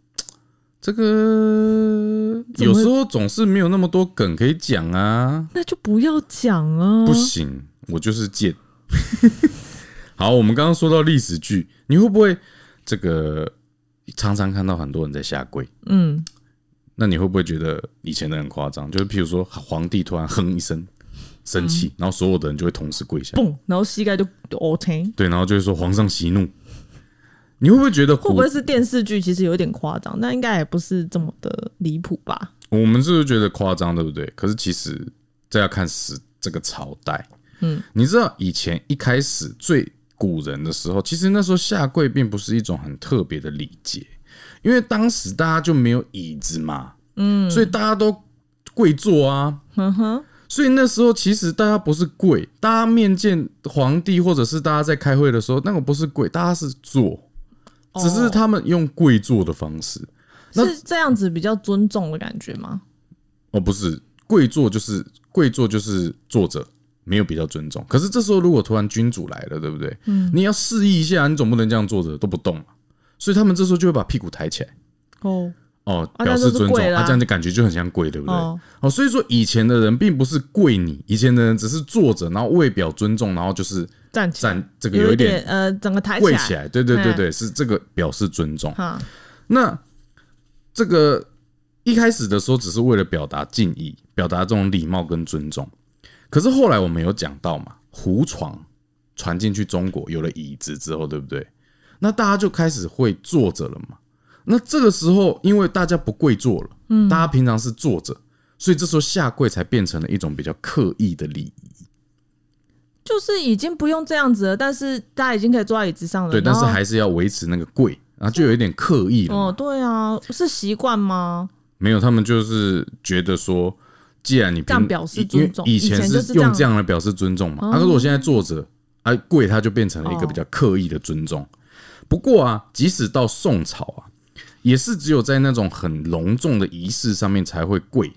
这个怎有么时候总是没有那么多梗可以讲啊，那就不要讲啊不！行，我就是贱。 好，我们刚刚说到历史剧，你会不会这个常常看到很多人在下跪？嗯，那你会不会觉得以前的很夸张？就是譬如说，皇帝突然哼一声，生气，嗯然后所有的人就会同时跪下，嘣，然后膝盖就哦 OK。对，然后就会说皇上息怒。你会不会觉得会不古？会是电视剧？其实有点夸张，但应该也不是这么的离谱吧？我们是不是觉得夸张，对不对？可是其实这要看时这个朝代。嗯，你知道以前一开始最古人的时候，其实那时候下跪并不是一种很特别的礼节，因为当时大家就没有椅子嘛，嗯，所以大家都跪坐啊，嗯哼，所以那时候其实大家不是跪，大家面见皇帝或者是大家在开会的时候，那个不是跪，大家是坐，只哦是他们用跪坐的方式。那是这样子比较尊重的感觉吗？哦，不是跪坐就是跪坐就是坐着，没有比较尊重。可是这时候如果突然君主来了，对不对？嗯，你要示意一下，你总不能这样坐着都不动嘛。所以他们这时候就会把屁股抬起来，哦，哦，啊表那示就是尊重，跪啦啊，这样的感觉就很像跪，对不对？哦哦所以说以前的人并不是跪你，以前的人只是坐着，然后为表尊重，然后就是站起来，站这个有有一一点点呃，整个抬跪起起来，来，对对对嗯对，是这个表示尊重。哈，那这个一开始的时候只是为了表达敬意，表达这种礼貌跟尊重。可是后来我们有讲到嘛，胡床传进去中国，有了椅子之后，对不对？那大家就开始会坐着了嘛。那这个时候，因为大家不跪坐了，嗯，大家平常是坐着，所以这时候下跪才变成了一种比较刻意的礼仪。就是已经不用这样子了，但是大家已经可以坐在椅子上了，对，但是然后还是要维持那个跪，然后就有一点刻意了嘛。哦，对啊，是习惯吗？没有，他们就是觉得说，既然你平这样表示因为尊重以以前就是是这样哦用这样来表示尊重嘛。啊，可是我现在坐着，啊，跪它就变成了一个比较刻意的尊重。不过啊，即使到宋朝啊，也是只有在那种很隆重的仪式上面才会跪。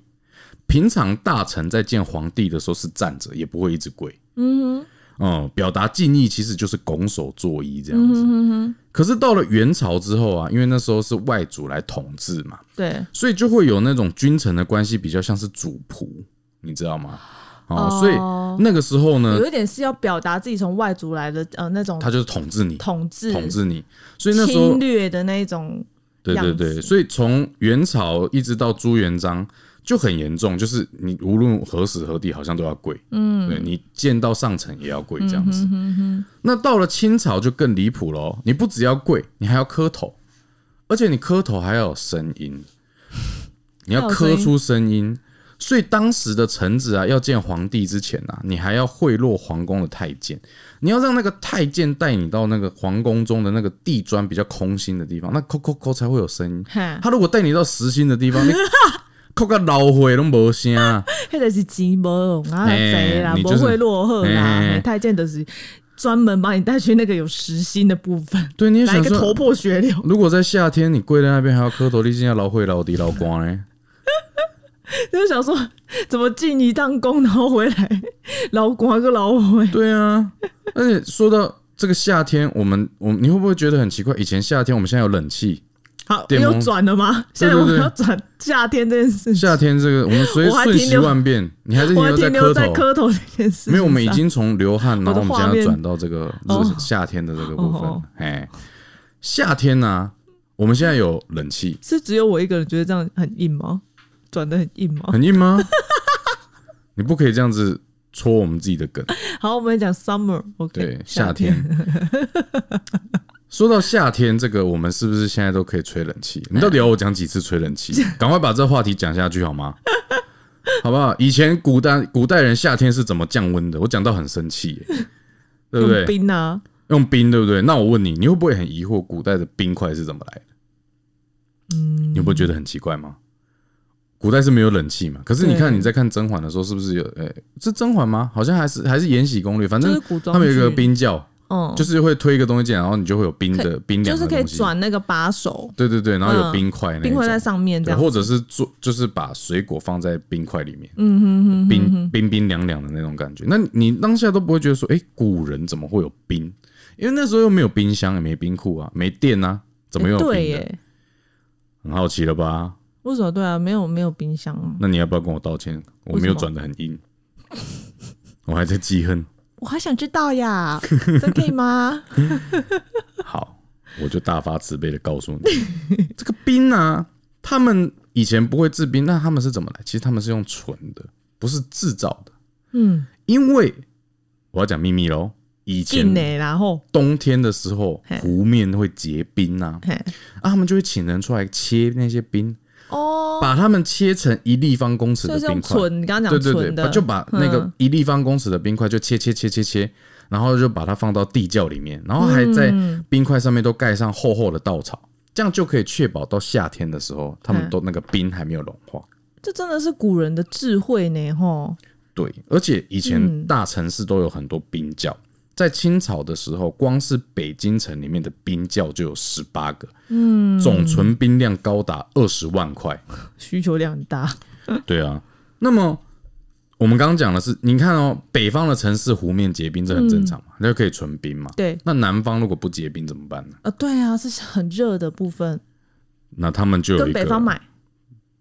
平常大臣在见皇帝的时候是站着，也不会一直跪。嗯嗯，表达敬意其实就是拱手作揖这样哼，子。嗯哼哼，可是到了元朝之后啊，因为那时候是外族来统治嘛，对，所以就会有那种君臣的关系比较像是主仆，你知道吗？哦，所以那个时候呢有，一点是要表达自己从外族来的呃那种他就是统治你，统治、统治你。所以那时候侵，略的那一种，对对样子对，所以从元朝一直到朱元璋就很严重，就是你无论何时何地，好像都要跪，嗯，对你见到上层也要跪这样子。那到了清朝就更离谱喽，你不只要跪，你还要磕头，而且你磕头还要有声音，你要磕出声音。所以当时的臣子啊，要见皇帝之前啊，你还要贿赂皇宫的太监，你要让那个太监带你到那个皇宫中的那个地砖比较空心的地方，那扣扣扣才会有声音。 哈，他如果带你到实心的地方，你 扣个老灰都没声啊。 迄个是钱无用啊，嘿贼啦，你不就是会落后啦，嘿嘿太监就是专门把你带去那个有实心的部分，对，你也来一想个头说，破血流， 如果在夏天你跪在那边还要磕头，你现在老灰老底老欸光 嘞。就是想说怎么进一趟宫，然后回来老瓜个老回，对啊，而且说到这个夏天，我们我们你会不会觉得很奇怪？以前夏天我们现在有冷 气，好，电又风转了吗？对对现在我对要转夏天这件事情，夏天这个我们随我还瞬停息留万变，你还是停我还留在停留磕在头。啊磕头这件事情上，没有，我们已经从流汗，然后我们现画在面转到这个哦日夏天的这个部哦分。哎，夏天呢、我们现在有冷气，是只有我一个人觉得这样很硬吗？转的很硬吗？很硬吗？ 你不可以这样子戳我们自己的梗。好，我们讲 summer，OK， 对，夏天。说到夏天这个，我们是不是现在都可以吹冷气？哎你到底要我讲几次吹冷 气？赶快把这话题讲下去好吗？好不好？以前古代古代人夏天是怎么降温的？我讲到很生气耶、对不用对？冰啊，用冰，对不对？那我问你，你会不会很疑惑古代的冰块是怎么来的？嗯，你会不会觉得很奇怪吗？古代是没有冷气嘛？可是你对看你在看甄嬛的时候，是不是有？呃、是甄嬛吗？好像还是还是《延禧攻略》，反就正是古装他们有一个剧冰窖，嗯，就是会推一个东西进来，然后你就会有冰的冰就凉是的可以东西。转那个把手，对对对，然后嗯有冰块那一冰块在种，上面这对，样，或者是做就是把水果放在冰块里面，嗯哼哼，冰冰冰凉凉的那种感觉。那你当下都不会觉得说，哎，古人怎么会有冰？因为那时候又没有冰箱，也没冰库啊，没电啊，怎么又诶有对冰的？耶？很好奇了吧？为什么对啊？没有没有冰箱啊，那你要不要跟我道歉？我为什没有么转的很硬，我还在记恨。我还想知 道呀，这可以吗？好，我就大发慈悲的告诉你， 这个冰啊，他们以前不会制冰，那他们是怎么来？其实他们是用纯的，不是制造的，嗯，因为我要讲秘密喽。以前进呢，然后冬天的时候嘿，湖面会结冰啊，嘿，啊，他们就会请人出来切那些冰，哦，哦，把它们切成一立方公尺所的以是冰用块，存，你刚刚对对讲对，存的，把就把那个嗯一立方公尺的冰块就切切切切切，然后就把它放到地窖里面，然后还在嗯冰块上面都盖上厚厚的稻草，这样就可以确保到夏天的时候，它们嗯都那个冰还没有融化。这真的是古人的智慧呢，吼，对，而且以嗯前大城市都有很多冰窖，在清朝的时候，光是北京城里面的冰窖就有十八个，嗯，总存冰量高达二十万块。需求量很大，对啊，那么我们刚刚讲的是，你看哦，北方的城市湖面结冰，这很正常嘛，嗯那、就可以存冰嘛。对，那南方如果不结冰怎么办呢？啊，对啊，是很热的部分，那他们就有一跟个北方买，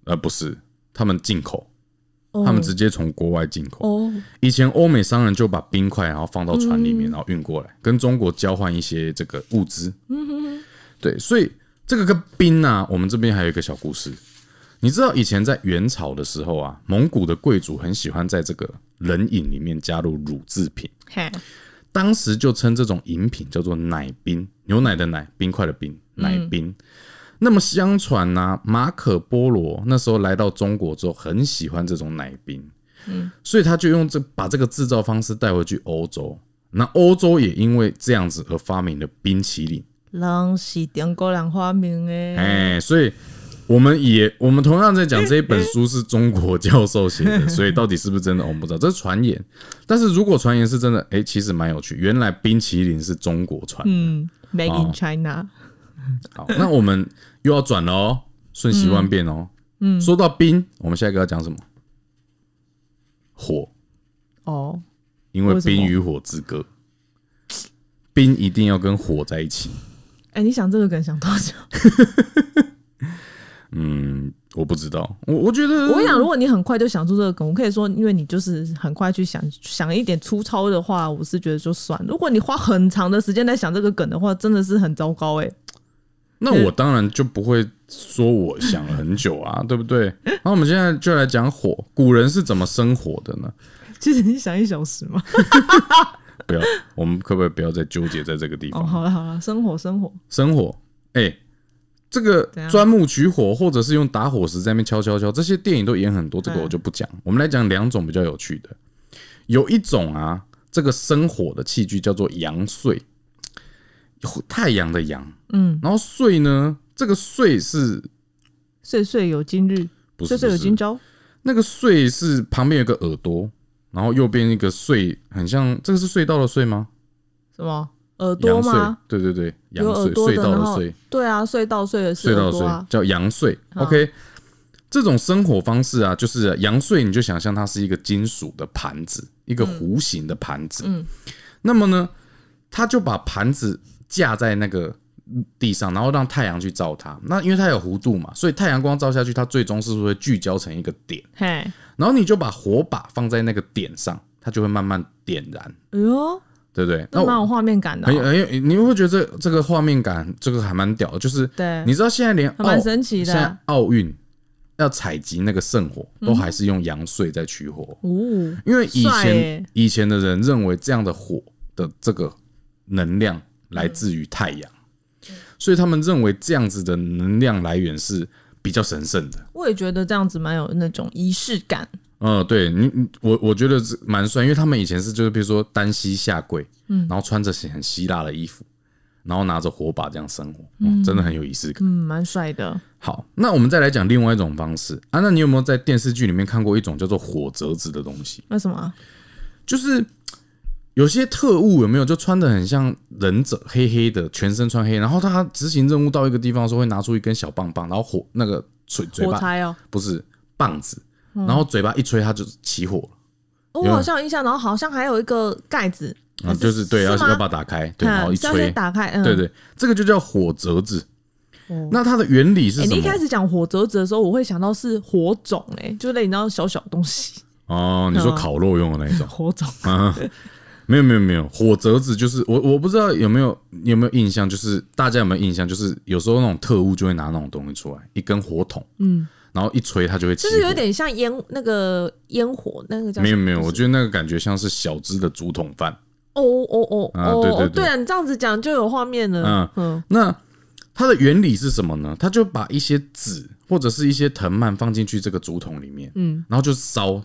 呃，不是，他们进口，哦他们直接从国外进口。哦，以前欧美商人就把冰块然后放到船里面，然后运过来，跟中国交换一些这个物资。对，所以这个个冰啊，我们这边还有一个小故事。你知道以前在元朝的时候啊，蒙古的贵族很喜欢在这个冷饮里面加入乳制品，嘿，当时就称这种饮品叫做奶冰，牛奶的奶，冰块的冰，奶冰。那么相传呢、马可波罗那时候来到中国之后，很喜欢这种奶冰，所以他就用这把这个制造方式带回去欧洲。那欧洲也因为这样子而发明了冰淇淋，人是中国人发明的，哎、所以我们也我们同样在讲这一本书是中国教授写的，所以到底是不是真的我们不知道，这是传言。但是如果传言是真的，哎、其实蛮有趣，原来冰淇淋是中国传的。嗯，Made 哦 in China，好，那我们又要转了哦，瞬息万变哦。嗯，说到冰，我们下一个要讲什么？火，哦，因为为什么冰与火之歌，冰一定要跟火在一起。哎，你想这个梗想多久？嗯，我不知道，我我觉得我跟你讲，如果你很快就想出这个梗，我可以说，因为你就是很快去想想一点粗糙的话，我是觉得就算了。如果你花很长的时间在想这个梗的话，真的是很糟糕哎、那我当然就不会说我想了很久 啊，对不对？那我们现在就来讲火，古人是怎么生火的呢？ 其实你想一小时嘛。不要，我们可不可以不要再纠结在这个地 哦，方？好了好了，生活生活，生火，哎、这个怎样钻木取火，或者是用打火石在那边敲敲敲，这些电影都演很多，这个嗯我就不讲。我们来讲两种比较有趣的，有一种啊，这个生火的器具叫做阳穗，太阳的阳，嗯，然后穗呢，这个穗是岁岁有今日，不是岁岁有不是今朝。那个穗是旁边有个耳朵，然后右边一个穗，很像这个是隧道的穗吗？什么耳朵羊穗吗？，对对对，羊有耳穗，朵隧的，道然的后穗。对啊，隧道隧的是隧道耳朵税啊。叫阳税。OK，这种生火方式啊，就是阳税，你就想象它是一个金属的盘子，一个弧形的盘子。嗯那么呢，他就把盘子架在那个地上，然后让太阳去照它。那因为它有弧度嘛，所以太阳光照下去，它最终是不是会聚焦成一个点？嘿，哎然后你就把火把放在那个点上，它就会慢慢点燃，哎呦，对不对？那这我蛮有画面感的很哦、很有，你会觉得这这个画面感，这个还蛮屌的，就是对，你知道现在连还蛮奥神奇的现啊在奥运要采集那个圣火，都还是用阳穗在取火，哦，因为以帅前、耶以前的人认为这样的火的这个能量嗯来自于太阳，所以他们认为这样子的能量来源是比较神圣的。我也觉得这样子蛮有那种仪式感。嗯，对你，你我我觉得这蛮帅，因为他们以前是就是比如说单膝下跪，嗯，然后穿着很希腊的衣服，然后拿着火把这样生活，嗯，真的很有仪式感。嗯，蛮帅的。好，那我们再来讲另外一种方式啊。那你有没有在电视剧里面看过一种叫做火折子的东西？那什么啊？就是嘖有些特务有没有就穿的很像忍者，黑黑的，全身穿黑，然后他执行任务到一个地方的时候会拿出一根小棒棒，然后火那个嘴嘴火巴柴哦、不是棒子，然后嘴巴一吹它就起火了。哦有我好像有印象，然后好像还有一个盖子，啊，就是对，要是吗要把它打开，对，然后一嗯嗯是要吹先，打开，嗯，对。对，这个就叫火折子。哦那它的原理是哎、什你一么开？始讲火折子的时候，我会想到是火种、欸，哎，就类你知道小小东西，哦，你说嗯烤肉用的那一种。火种，啊，没有没有没有，火折子就是我我不知道有没有你有没有印象，就是大家有没有印象，就是有时候那种特务就会拿那种东西出来，一根火筒，嗯，然后一吹它就会起就火。是有点像烟那个烟火那个叫没有什么没有，不我是觉得那个感觉像是小只的竹筒饭。哦哦哦啊哦对对哦，对对啊，你这样子讲就有画面了，嗯嗯那它的原理是什么呢？它就把一些籽或者是一些藤蔓放进去这个竹筒里面，嗯，然后就烧，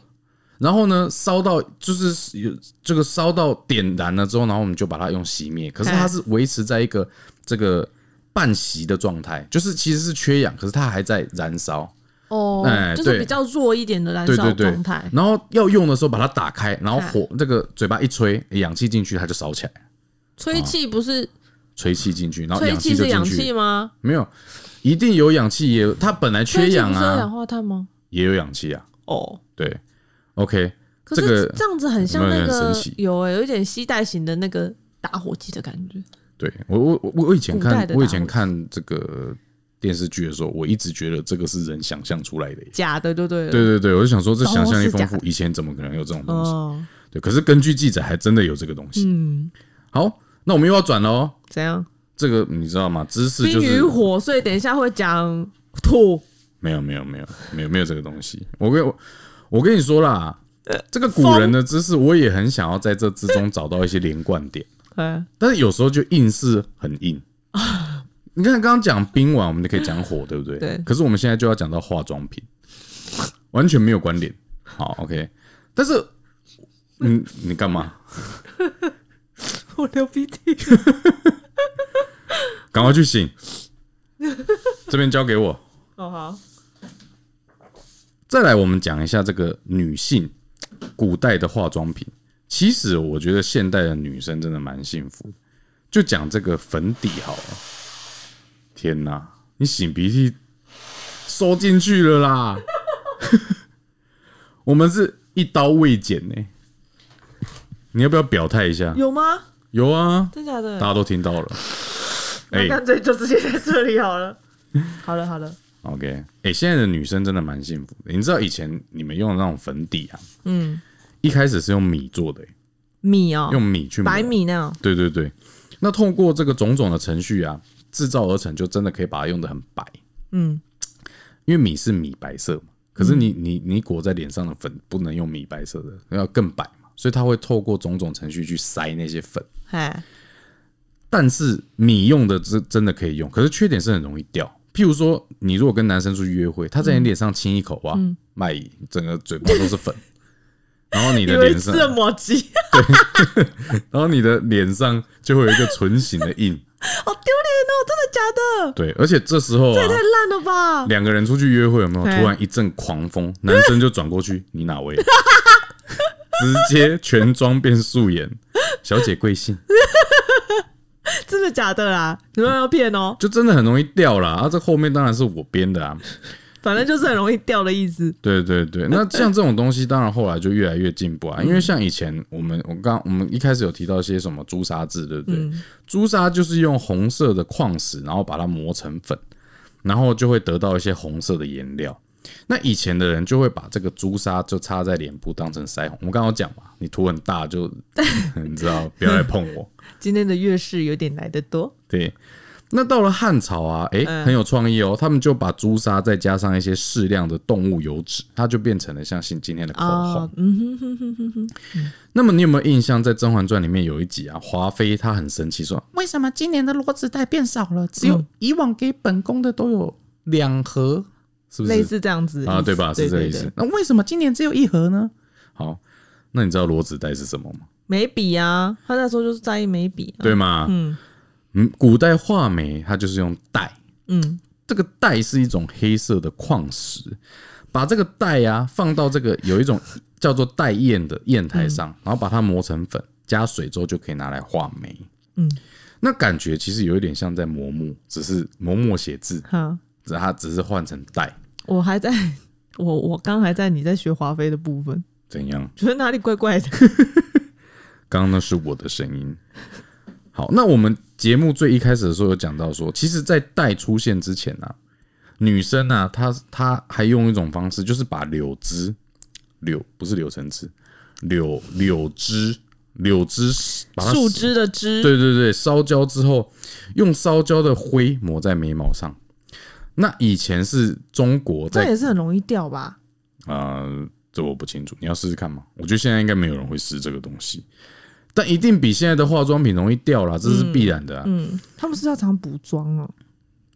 然后呢烧到就是有这个烧到点燃了之后，然后我们就把它用熄灭。可是它是维持在一个这个半熄的状态，就是其实是缺氧，可是它还在燃烧。哦哎，就是对比较弱一点的燃对烧对对状态，。然后要用的时候把它打开，然后哎火这个嘴巴一吹，哎氧气进去它就烧起来，吹气不是吹气进去，然后吹哦氧气气就是进氧气去，吗？没有，一定有氧气也，它本来缺吹气氧不是有氧啊，化碳吗？也有氧气啊，哦，对，OK，可这是个这样子很像那有没有个很神奇有哎、有一点吸带型的那个打火机的感觉。对我我我我以前古代看的我以大前卫看这个电视剧的时候，我一直觉得这个是人想象出来的耶。假的，对对了对对对，我就想说这都想象力是假丰富，以前怎么可能有这种东西？哦，对，可是根据记载，还真的有这个东西。嗯，好，那我们又要转了哦。怎样？这个你知道吗？知识冰就与是火，所以等一下会讲土。没有没有没有没有没有这个东西。我跟我我跟你说啦，这个古人的知识，我也很想要在这之中找到一些连贯点。哎，但是有时候就硬是很硬。你看，刚刚讲冰碗，我们就可以讲火，对不对？对可是我们现在就要讲到化妆品，完全没有关联。好，OK。但是，嗯，你干嘛？ 我流鼻 涕。赶快去醒。这边交给我。哦好，再来，我们讲一下这个女性古代的化妆品。其实我觉得现代的女生真的蛮幸福的。就讲这个粉底好了。天哪，你擤鼻涕收进去了啦！ 我们是一刀未剪呢、你要不要表态一下？有吗？有啊，真假的大？家都听到了。哎、那干脆就直接在这里 好了。好了好了， OK，哎、现在的女生真的蛮幸福的。你知道以前你们用的那种粉底啊，嗯，一开始是用米做的、欸米哦、用米去磨白。米那样，对对对，那通过这个种种的程序啊，制造而成，就真的可以把它用的很白。嗯，因为米是米白色嘛，可是你、你你裹在脸上的粉不能用米白色的，要更白嘛，所以它会透过种种程序去筛那些粉。哎，但是米用的真真的可以用，可是缺点是很容易掉。譬如说，你如果跟男生出去约会，他在你脸上亲一口啊，嗯卖淫整个嘴巴都是 粉，然后你以的为脸上，是啊抹鸡，然后你的脸上就会有一个唇形的印， 好丢脸哦！真的假的？对，而且这时候啊太，烂了吧？两个人出去约会有没有？嘿突然一阵狂风，男生就转过去，你哪 位？直接全妆变素颜，小姐贵姓？真的假的啦？你们不要骗哦，就真的很容易掉啦。啊，这后面当然是我编的啊。反正就是很容易掉的意思。对对对，那像这种东西，当然后来就越来越进步啊。因为像以前我们，我刚我们一开始有提到一些什么朱砂痣，对不对？朱砂就是用红色的矿石，然后把它磨成粉，然后就会得到一些红色的颜料。那以前的人就会把这个朱砂就擦在脸部当成腮红。我们刚刚有讲嘛，你涂很大就， 你知道，不要来碰我。今天的月事有点来得多，对，那到了汉朝啊，诶，很有创意哦，他们就把朱砂再加上一些适量的动物油脂，它就变成了像今今天的口红。哦嗯哼哼哼哼那么你有没有印象，在《甄嬛传》里面有一集啊，华妃她很生气说，为什么今年的裸子带变少了？只有以往给本宫的都有两盒，是不类是？似这样子的意啊，思对吧？是这个意。对思对。那为什么今年只有一盒呢？好，那你知道裸子带是什么吗？眉笔啊，他那时候就是在意眉笔、啊。对吗？嗯嗯，古代画眉它就是用带，嗯，这个带是一种黑色的矿石，把这个带啊放到这个有一种叫做带砚的砚台嗯上，然后把它磨成粉，加水之后就可以拿来画眉。嗯，那感觉其实有一点像在磨墨，只是磨墨写字，好，只它只是换成带，我还在， 我我刚还在你在学华妃的部分，怎样？觉得哪里怪怪的。刚刚那是我的声音。好，那我们节目最一开始的时候有讲到说，其实，在带出现之前呢、啊，女生呢、啊，她她还用一种方式，就是把柳枝，柳不是柳橙汁，柳柳枝，柳枝把它树枝的枝，对对对，烧焦之后，用烧焦的灰抹在眉毛上。那以前是中国这在也是很容易掉吧？呃，这我不清楚，你要试试看吗？我觉得现在应该没有人会试这个东西，但嗯一定比现在的化妆品容易掉啦，这是必然的啊、嗯，他们是要常补妆哦。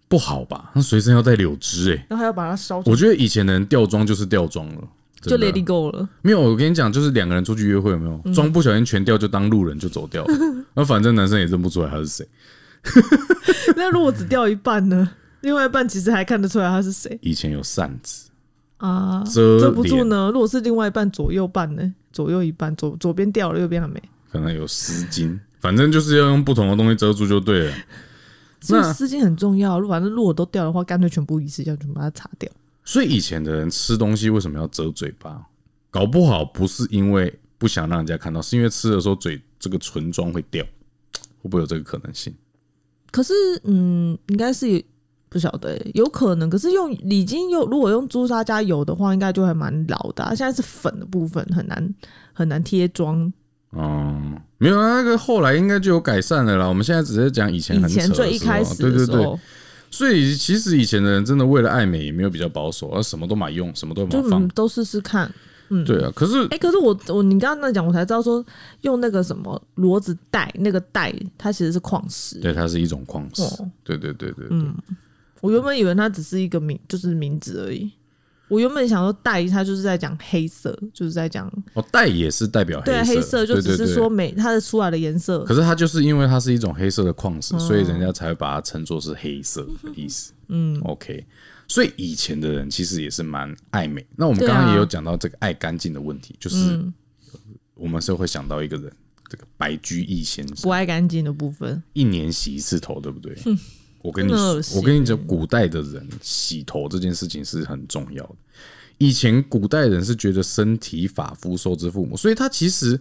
不好吧？那随身要带柳枝哎、然后还要把它烧成我觉得以前的人吊装就是吊装了，就真的 Lady Go 了，没有，我跟你讲，就是两个人出去约会，有没嗯有妆不小心全掉，就当路人就走 掉了。那反正男生也认不出来他是谁， 那如果只掉一半呢？另外一半其实还看得出来他是谁以前有扇子啊？遮遮不住脸，呢？如果是另外一半左右半呢？左右一半，左左边掉了，右边还没。可能有丝巾，反正就是要用不同的东西遮住就对了。所以那丝巾很重要。如果反正如果都掉的话，干脆全部一次，要全部把它擦掉。所以以前的人吃东西为什么要遮嘴巴？搞不好不是因为不想让人家看到，是因为吃的时候嘴这个唇妆会掉，会不会有这个可能性？可是，嗯，应该是不晓得欸、有可能。可是用已经有，如果用朱砂加油的话，应该就还蛮老的啊、现在是粉的部分，很难很难贴妆。嗯，没有啊，那个后来应该就有改善了啦。我们现在只是讲以前以很扯前的最一时候啊开始对的对时对，候，所以其实以前的人真的为了爱美也没有比较保守，而啊什么都买用，什么都买就放嗯。都试试看。嗯，对啊，可是哎、可是我我你刚刚那讲，我才知道说用那个什么骡子带，那个带它其实是矿石。对它是一种矿石哦，对对对对，嗯，我原本以为它只是一个名，就是名字而已。我原本想说带，它就是在讲黑色，就是在讲哦，带也是代表对啊黑黑色，色，就只对是对说对每它的出来的颜色可。是它就是因为它是一种黑色的矿石，所以人家才会把它称作是黑色的意思。嗯，OK，所以以前的人其实也是蛮爱美。那我们对刚刚啊也有讲到这个爱干净的问题，就是我们是会想到一个人，这个白居易先生不。爱干净的部分，一年洗一次头，对不对？我跟你真的说恶，心我跟你讲，古代的人洗头这件事情是很重要的。以前古代人是觉得身体发肤受之父母，所以他其实，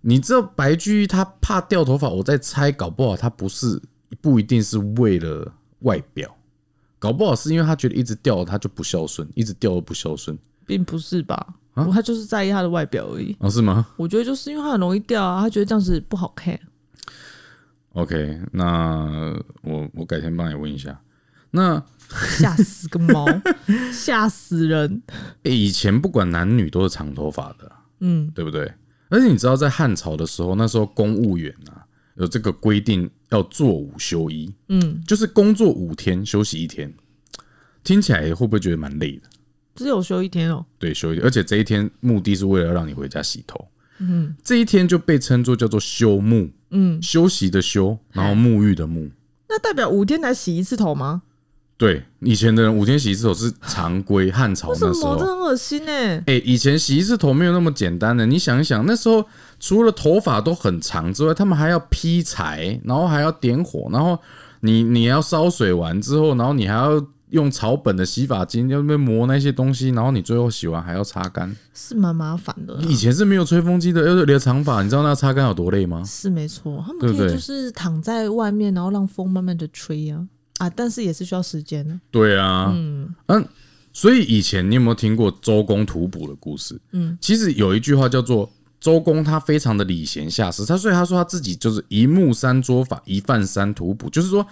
你知道白居易他怕掉头发，我在猜，搞不好他不是不一定是为了外表，搞不好是因为他觉得一直掉了他就不孝顺，一直掉了不孝顺，并不是吧？我他就是在意它的外表而已。啊是吗？我觉得就是因为它很容易掉啊，他觉得这样子不好看。 OK，那我我改天帮你问一下。那吓死个 猫，吓死人！欸以前不管男女都是长头发的，嗯，对不对？而且你知道，在汉朝的时候，那时候公务员啊有这个规定，要做五休一，嗯，就是工作五天，休息一天。听起来会不会觉得蛮累的？只有休一天哦、对，休一天，而且这一天目的是为了要让你回家洗头。嗯，这一天就被称作叫做休沐，嗯，休息的休，然后沐浴的沐。那代表五天才洗一次头吗？对，以前的人五天洗一次头是常规，汉朝为什哦那时么？候这很恶心哎、哎、以前洗一次头没有那么简单的。你想一想，那时候除了头发都很长之外，他们还要劈柴，然后还要点火，然后你你要烧水完之后，然后你还要用草本的洗发精，要那边磨那些东西，然后你最后洗完还要擦干。是蛮麻烦的啦。以前是没有吹风机的，而且留长发，你知道那擦干有多累吗？是没错，他们对可不以对就是躺在外面，然后让风慢慢的吹呀、啊，但是也是需要时间的。对啊，嗯所以以前你有没有听过周公吐哺的故事？嗯，其实有一句话叫做周公他非常的礼贤下士，他所以他说他自己就是一木三捉法，一饭三吐哺，就是说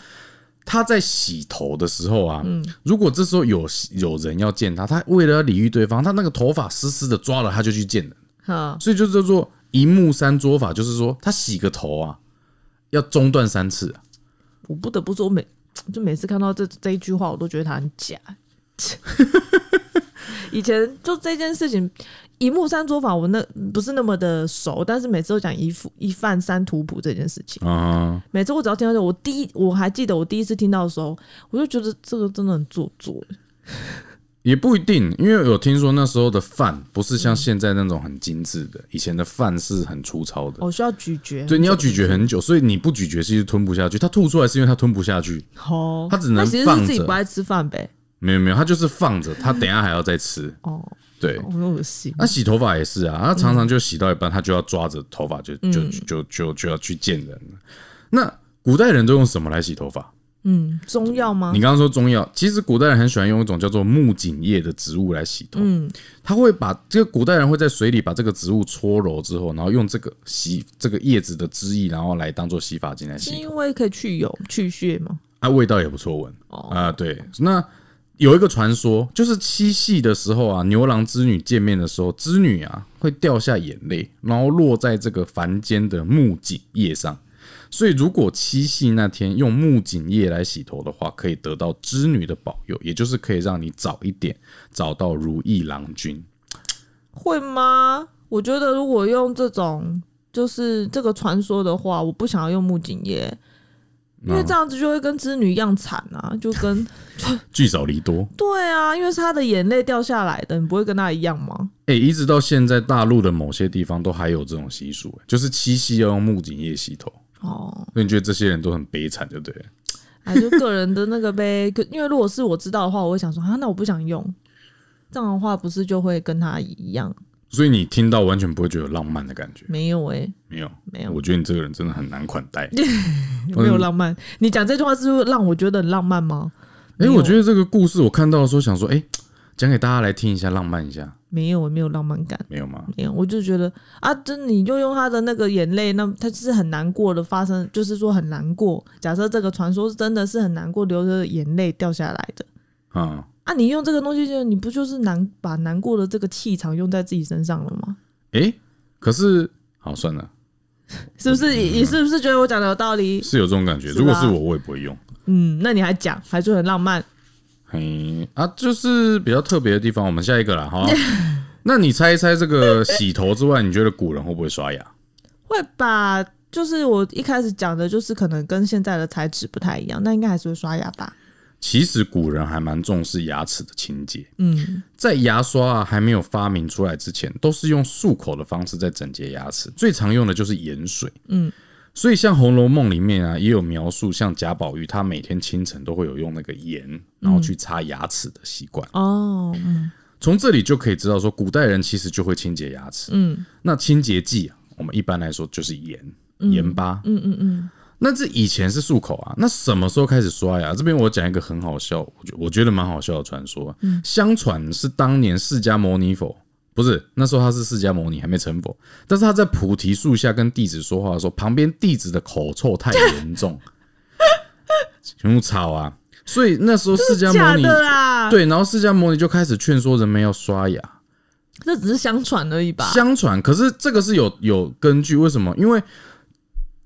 他在洗头的时候啊，如果这时候有有人要见他，他为了要礼遇对方，他那个头发湿湿的抓了他就去见人，哈，所以就叫做一木三捉法，就是说他洗个头啊要中断三次啊、我不得不说，我每就每次看到这这一句话，我都觉得它很假。 以前就这件事情，一木三捉法，我那不是那么的熟，但是每次都讲一副一饭三图谱这件事情。啊每次我只要听到这个，我第一我还记得我第一次听到的时候，我就觉得这个真的很做作。也不一定，因为有听说那时候的饭不是像现在那种很精致的，以前的饭是很粗糙的。我需要咀嚼，对，你要咀嚼很久，所以你不咀嚼其实吞不下去。它吐出来是因为它吞不下去，哦，它只能那其实放是自己着不爱吃饭呗。没有没有，它就是放着，它等一下还要再吃。哦，对，好恶心。那洗头发也是啊，他常常就洗到一半，他就要抓着头发就就就就就要去见人了。那古代人都用什么来洗头发？嗯，中药吗你？刚刚说中药，其实古代人很喜欢用一种叫做木槿叶的植物来洗头。他会把这个古代人会在水里把这个植物搓揉之后，然后用这个洗这个叶子的汁液，然后来当做洗发精来洗是头。因为可以去油去屑吗？啊，味道也不错闻啊、对，那有一个传说，就是七夕的时候啊，牛郎织女见面的时候，织女啊会掉下眼泪，然后落在这个凡间的木槿叶上。所以，如果七夕那天用木槿叶来洗头的话，可以得到织女的保佑，也就是可以让你早一点找到如意郎君。会吗？我觉得如果用这种就是这个传说的话，我不想要用木槿叶，因为这样子就会跟织女一样惨啊，就跟聚少离多，对啊，因为是她的眼泪掉下来的，你不会跟她一样吗？哎、一直到现在，大陆的某些地方都还有这种习俗、就是七夕要用木槿叶洗头。哦，所以你觉得这些人都很悲惨，对不对了？哎，就个人的那个呗。可因为如果是我知道的话，我会想说啊，那我不想用，这样的话不是就会跟她一样？所以你听到完全不会觉得有浪漫的感觉，没有哎、没有，没有我觉得你这个人真的很难款 待。没有浪漫。你讲这句话是不是让我觉得很浪漫吗？哎、没有我觉得这个故事我看到的时候想说，哎、讲给大家来听一下，浪漫一下，没有，没有浪漫感。没有吗？没有，我就觉得啊，真你就用他的那个眼泪，那他是很难过的发生，就是说很难过。假设这个传说真的是很难过，流着眼泪掉下来的啊、啊，你用这个东西就你不就是难把难过的这个气场用在自己身上了吗？哎、可是好算了，是不是？你你是不是觉得我讲的有道理？是有这种感觉。是吧如果是我，我也不会用。嗯，那你还讲，还说很浪漫，嘿啊，就是比较特别的地方。我们下一个啦， 哈。那你猜一猜，这个洗头之外，你觉得古人会不会刷牙？会吧？就是我一开始讲的，就是可能跟现在的材质不太一样，那应该还是会刷牙吧？其实古人还蛮重视牙齿的清洁，嗯，在牙刷啊还没有发明出来之前，都是用漱口的方式在整洁牙齿，最常用的就是盐水。嗯，所以像《红楼梦》里面啊，也有描述，像贾宝玉他每天清晨都会有用那个盐，然后嗯去擦牙齿的习惯。哦，嗯从这里就可以知道说，古代人其实就会清洁牙齿。嗯那清洁剂啊，我们一般来说就是盐、盐巴。嗯嗯嗯，那这以前是漱口啊，那什么时候开始刷牙？这边我讲一个很好笑，我觉我觉得蛮好笑的传说。啊嗯相传是当年释迦牟尼佛，不是那时候他是释迦牟尼还没成佛，但是他在菩提树下跟弟子说话的时候，旁边弟子的口臭太严重， 全部吵啊，所以那时候释迦假牟尼的啊啦，对，然后释迦牟尼就开始劝说人们要刷牙。这只是相传而已吧？相传，可是这个是有有根据，为什么？因为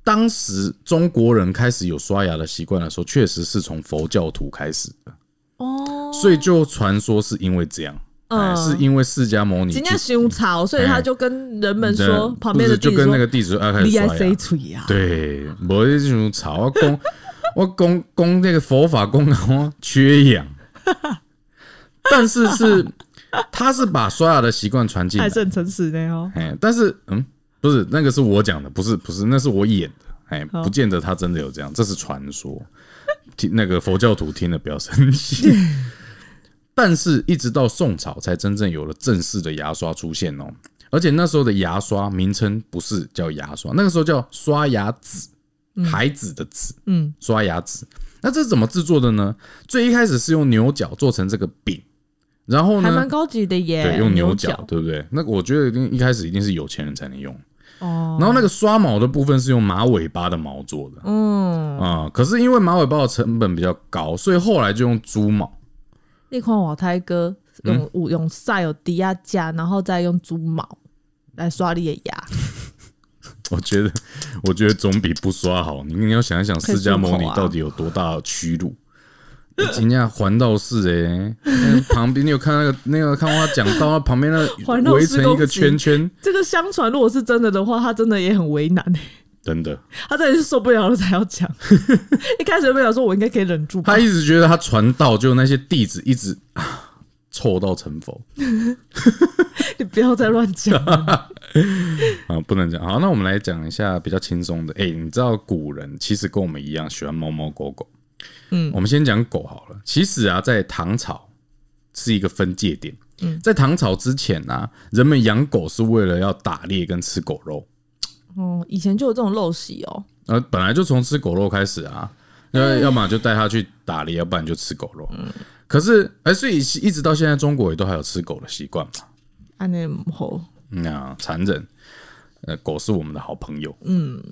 当时中国人开始有刷牙的习惯的时候，确实是从佛教徒开始的，哦，所以就传说是因为这样，哎嗯是因为释迦牟尼今去天胸潮，所以他就跟人们说，人旁边的哎不是就弟子跟那说个弟子说要啊开始你爱刷谁牙，吹啊呀？对，我这种吵我讲我讲讲那个佛法讲我缺 氧，但是是他是把刷牙的习惯传进来还，是很诚实的哦。哎，但是嗯，不是那个是我讲的，不是不是，那是我演的，哎，不见得他真的有这样，这是传说。听那个佛教徒听了不要生气。 但是，一直到宋朝才真正有了正式的牙刷出现哦，而且那时候的牙刷名称不是叫牙刷，那个时候叫刷牙子，孩子的子，嗯，刷牙子。那这是怎么制作的呢？最一开始是用牛角做成这个饼，然后还呢蛮，高级的耶，对，用牛哎牛角，对不对？那个我觉得一定一开始一定是有钱人才能用。哦，然后那个刷毛的部分是用马尾巴的毛做的嗯，啊、可是因为马尾巴的成本比较高，所以后来就用猪毛。那款瓦胎哥用嗯用晒有低压架，然后再用猪毛来刷你的牙， 我觉得， 我觉得总比不刷好。你你要想一想，可以释迦牟漱尼口啊到底有多大的屈 辱？你今天环道士哎、那旁边你有看那个 那个看过他讲到那旁边环那道围士成一个公子圈圈，这个相传如果是真的的话，他真的也很为难，欸真的， 他真的是受不了了才要讲。 一开始就没有说，我应该可以忍住吧他？一直觉得他传道，就那些弟子一直啊臭到成佛。 你不要再乱讲 了，啊，不能讲。好，那我们来讲一下比较轻松的。哎、你知道古人其实跟我们一样喜欢猫猫狗狗。嗯我们先讲狗好了。其实啊，在唐朝是一个分界点。嗯，在唐朝之前啊，人们养狗是为了要打猎跟吃狗肉，哦，以前就有这种陋习哦，呃，本来就从吃狗肉开始啊，要要么就带它去打猎，要不然就吃狗肉。嗯可是，哎、所以一直到现在，中国也都还有吃狗的习惯嘛。按那吼，嗯啊，残忍。呃，狗是我们的好朋友。嗯，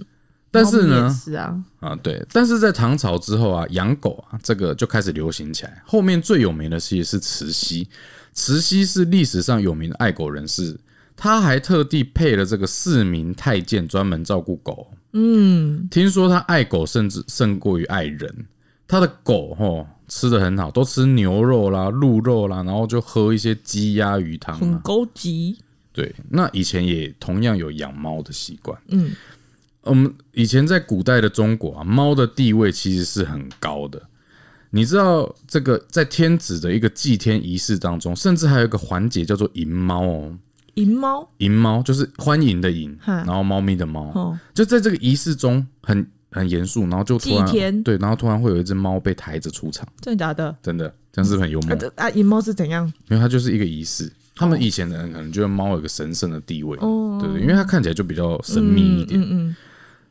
但是猫咪也呢，是啊，啊，对。但是在唐朝之后啊，养狗啊，这个就开始流行起来。后面最有名的其实是慈禧，慈禧是历史上有名的爱狗人士，她还特地配了这个四名太监专门照顾狗。嗯，听说他爱狗甚至胜过于爱人，他的狗吼吃的很好，都吃牛肉啦、鹿肉啦，然后就喝一些鸡鸭鱼汤很啊。高级。对，那以前也同样有养猫的习惯。嗯，我们以前在古代的中国啊，猫的地位其实是很高的。你知道这个在天子的一个祭天仪式当中，甚至还有一个环节叫做迎猫哦，银猫迎猫就是欢迎的迎，哈然后猫咪的猫，哦，就在这个仪式中很很严肃，然后就突然祭天对，然后突然会有一只猫被抬着出场，真的假的？真的，这样是不是很幽默啊，，这啊，银猫是怎样？因为它就是一个仪式。他们以前的人可能觉得猫有个神圣的地位，哦对对，因为它看起来就比较神秘一点。嗯嗯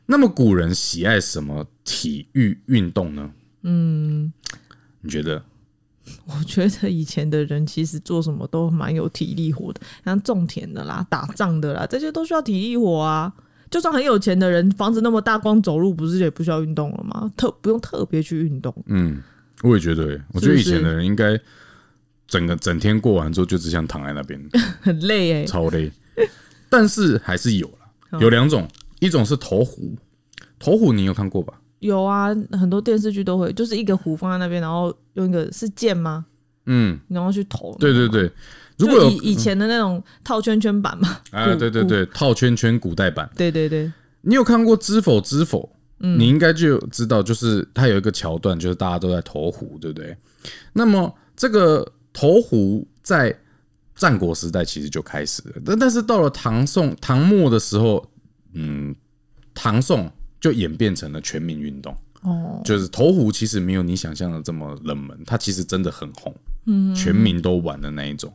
那么古人喜爱什么体育运动呢？嗯，你觉得？ 我觉得以前的人其实做什么都蛮有体力活的，像种田的啦、打仗的啦，这些都需要体力活啊。就算很有钱的人，房子那么大，光走路不是也不需要运动了吗？特不用特别去运动。嗯，我也觉得欸、我觉是得不以前是的人应该整个整天过完之后就只想躺在那 边，很累哎、超累。但是还是有哦啦，有两种，一种是投壶，投壶你有看过吧？有啊，很多电视剧都会，就是一个壶放在那边，然后用一个是箭吗？嗯，然后去投。对对对。哦就如果以有以前的那种套圈圈版嘛。啊，古对对古对，套圈圈古代版，对对对，你有看过《知否知否》？你应该就知道，就是它有一个桥段，就是大家都在投壶，对不对？那么这个投壶在战国时代其实就开始了，但但是到了唐宋唐末的时候，嗯，唐宋就演变成了全民运动。哦，就是投壶其实没有你想象的这么冷门，它其实真的很红，全民都玩的那一种。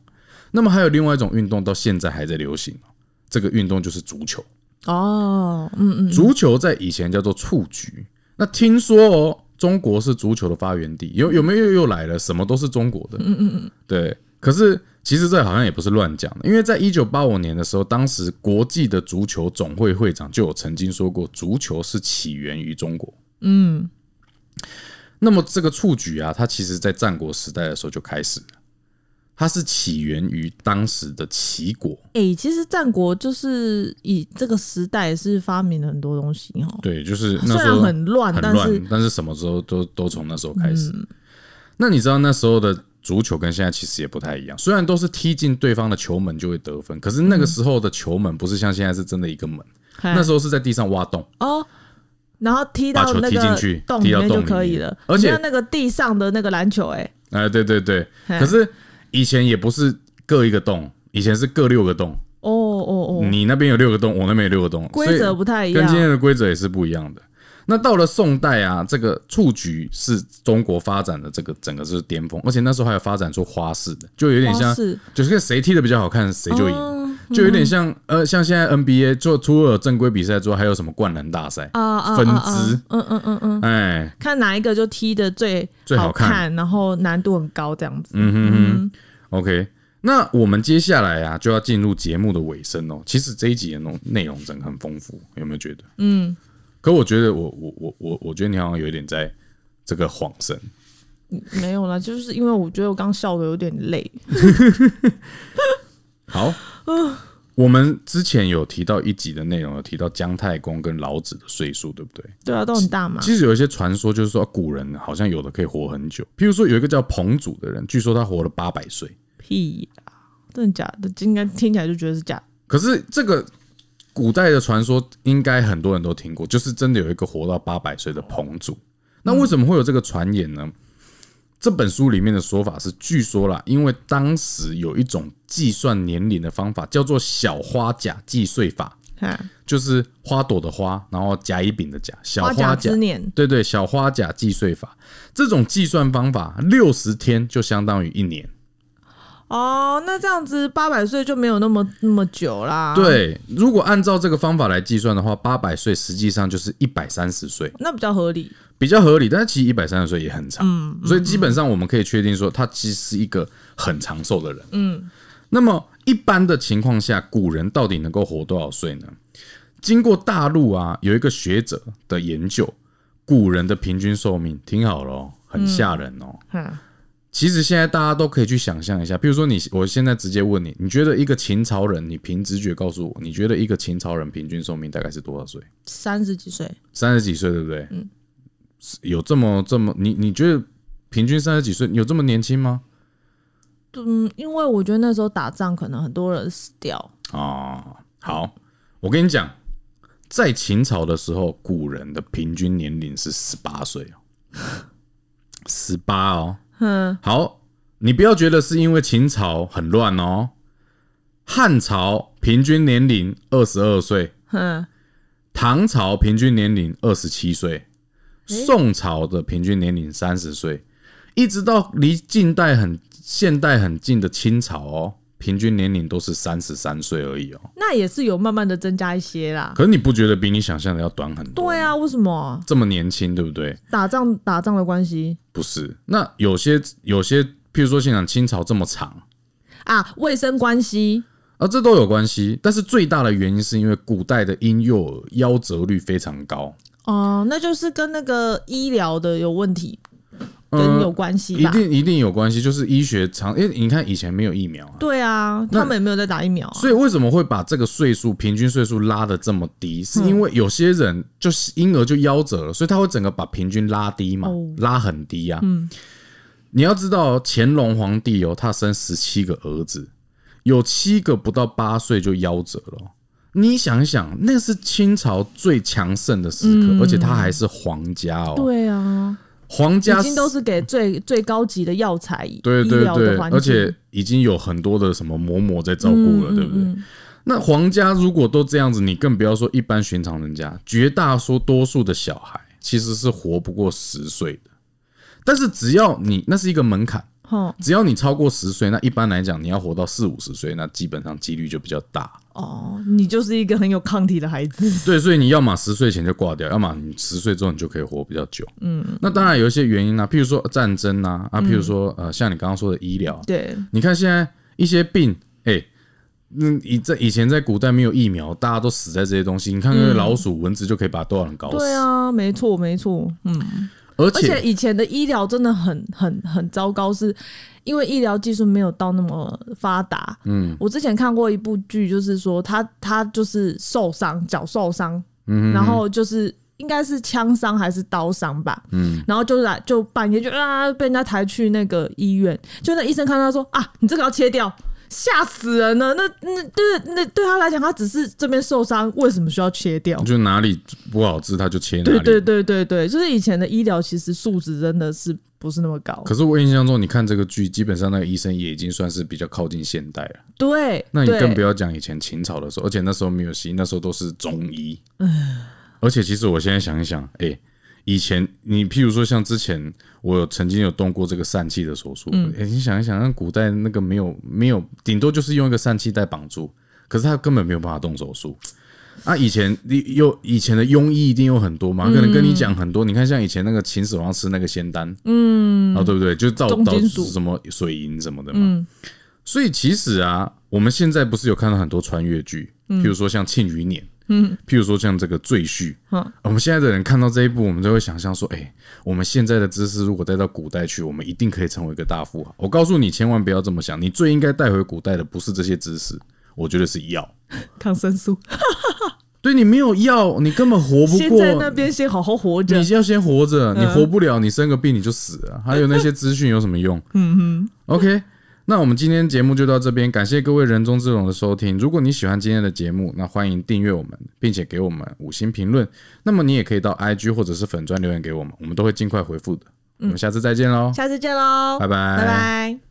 那么还有另外一种运动，到现在还在流行哦这个运动就是足球。哦，嗯嗯，足球在以前叫做蹴鞠。那听说哦，中国是足球的发源地，有有没有又来了？什么都是中国的，嗯嗯嗯，对。可是其实这好像也不是乱讲的，因为在一九八五年的时候，当时国际的足球总会会长就有曾经说过，足球是起源于中国，嗯。那么这个蹴鞠啊，它其实在战国时代的时候就开始了，它是起源于当时的齐国，哎、其实战国就是以这个时代是发明了很多东西哦，对，就是虽那时然候很乱，很啊但是嗯乱，但是什么时候都都从那时候开始。那你知道那时候的足球跟现在其实也不太一样，虽然都是踢进对方的球门就会得分，可是那个嗯时候的球门不是像现在是真的一个门，那那时候是在地上挖洞，哦，然后踢到把球那踢进个去洞踢里到面洞就里可以面了，而且你看那个地上的那个篮球、哎，哎、对对对。嘿可是以前也不是各一个洞，以前是各六个洞，哦哦哦，你那边有六个洞，我那边有六个洞，嗯规所以则不太一跟样今，天的规则也是不一样的。那到了宋代啊，这个蹴鞠是中国发展的这个整个是巅峰，而且那时候还有发展出花式的，就有点像花式，就是看谁踢的比较好看，谁就赢，哦就有点像呃，像现在 NBA 做除了有正规比赛之后，还有什么灌篮大赛，啊啊，分啊啊支嗯嗯嗯嗯，哎，看哪一个就踢的最最好好看看，然后难度很高这样子，嗯哼哼 o k 那我们接下来啊，就要进入节目的尾声哦。其实这一集的内内容真的很丰富，有没有觉得？嗯。可我觉得我我我我我觉得你好像有点在这个晃神，没有啦，就是因为我觉得我刚笑的有点累，好，啊我们之前有提到一集的内容，有提到姜太公跟老子的岁数，对不对？对啊，都很大嘛，其实有一些传说，就是说古人好像有的可以活很久，譬如说有一个叫彭祖的人，据说他活了八百岁。屁呀、真的假的？应该听起来就觉得是假的。可是这个古代的传说，应该很多人都听过，就是真的有一个活到八百岁的彭祖。那为什么会有这个传言呢？这本书里面的说法是，据说啦，因为当时有一种计算年龄的方法，叫做小花甲计岁法。看就是花朵的花，然后甲乙丙的甲，小花甲甲之年对对，小花甲计税法这种计算方法，六十天就相当于一年。哦，那这样子八百岁就没有那么那么久啦。，对，如果按照这个方法来计算的话，八百岁实际上就是一百三十岁，那比较合理。比较合理。但是其实一百三十岁也很长，所以基本上我们可以确定说，他其实是一个很长寿的人。嗯，那么一般的情况下，古人到底能够活多少岁呢？经过大陆啊有一个学者的研究，古人的平均寿命，听好了、哦，很吓人哦，哈，其实现在大家都可以去想象一下，比如说你，我现在直接问你，你觉得一个秦朝人，你凭直觉告诉我，你觉得一个秦朝人平均寿命大概是多少岁？三十几岁，三十几岁，对不对？嗯，有这么这么，你你觉得平均三十几岁有这么年轻吗？嗯，因为我觉得那时候打仗可能很多人死掉，啊，好，我跟你讲，在秦朝的时候，古人的平均年龄是十八岁哦， 十八哦。嗯，好，你不要觉得是因为秦朝很乱哦，汉朝平均年龄二十二岁，哼，唐朝平均年龄二十七岁，宋朝的平均年龄三十岁，一直到离近代很现代很近的清朝哦，平均年龄都是三十三岁而已哦。那也是有慢慢的增加一些啦。可是你不觉得比你想象的要短很多？对啊，为什么这么年轻，对不对？打仗打仗的关系不是。那有些有些，譬如说现场清朝这么长，啊？卫生关系啊，这都有关系。但是最大的原因是因为古代的婴幼儿夭折率非常高，哦、那就是跟那个医疗的有问题跟嗯有关系一吧？定一定有关系。就是医学长，因为你看以前没有疫苗啊，对啊，他们也没有在打疫苗啊。所以为什么会把这个岁数平均岁数拉的这么低？是因为有些人就是婴儿就夭折了，所以他会整个把平均拉低嘛，哦嗯拉很低啊。你要知道，乾隆皇帝哦，他生十七个儿子，有七个不到八岁就夭折了哦。你想一想，那是清朝最强盛的时刻，而且他还是皇家哦，嗯对啊，皇家已经都是给最最高级的药材、对对医疗对的，环境，嗯而且已经有很多的什么嬷嬷在照顾了，对不对？那皇家如果都这样子，你更不要说一般寻常人家，绝大说多数的小孩其实是活不过十岁的。但是只要你那是一个门槛，哼只要你超过十岁，那一般来讲你要活到四五十岁，那基本上几率就比较大。哦，你就是一个很有抗体的孩子。对，所以你要么十岁前就挂掉，要么你十岁之后你就可以活比较久。嗯，那当然有一些原因啊，譬如说战争啊，啊，譬如说呃，像你刚刚说的医疗啊， 对，你看现在一些病，哎、嗯，以在以前在古代没有疫苗，大家都死在这些东西。你看那个老鼠、蚊子就可以把多少人搞死，对啊，没错，没错，嗯。而而且且以前的医疗真的很很很糟糕，是因为医疗技术没有到那么发达。嗯，我之前看过一部剧，就是说他他就是受伤，脚受伤，嗯，然后就是。应该是枪伤还是刀伤吧，嗯，然后就来就半夜就啊被人家抬去那个医院，就那医生看到他说啊你这个要切掉，吓死人了，那那对那对他来讲他只是这边受伤，为什么需要切掉？就哪里不好治，他就切哪里。对对对对对，就是以前的医疗其实素质真的是不是那么高。可是我印象中，你看这个剧，基本上那个医生也已经算是比较靠近现代了。对，那你对更不要讲以前秦朝的时候，而且那时候没有西医，那时候都是中医。而且其实我现在想一想，哎、以前你譬如说像之前我曾经有动过这个疝气的手术，哎、你想一想，那古代那个没有没有，顶多就是用一个疝气带绑住，可是他根本没有办法动手术。啊，以前你有以前的庸医一定有很多嘛，可能跟你讲很多。你看，像以前那个秦始皇吃那个仙丹，嗯，啊，对不对？就造重导金致属嗯什么水银什么的嘛。所以其实啊，我们现在不是有看到很多穿越剧，譬如说像《庆余年》，嗯，譬如说像这个《赘婿》哦嗯我们现在的人看到这一部，我们就会想象说，哎、我们现在的知识如果带到古代去，我们一定可以成为一个大富豪。我告诉你，千万不要这么想，你最应该带回古代的不是这些知识，我觉得是药。抗生素，对你没有药，你根本活不先在那过。边先好好活着你。要先活着，你活不了，你生个病你就死了。还有那些资讯有什么用？ 嗯哼，OK。那我们今天节目就到这边，感谢各位人中之龙的收听。如果你喜欢今天的节目，那欢迎订阅我们，并且给我们五星评论。那么你也可以到 IG 或者是嗯粉砖留言给我们，我们都会尽快回复的。我们下次再见喽，下次见喽，拜拜拜拜。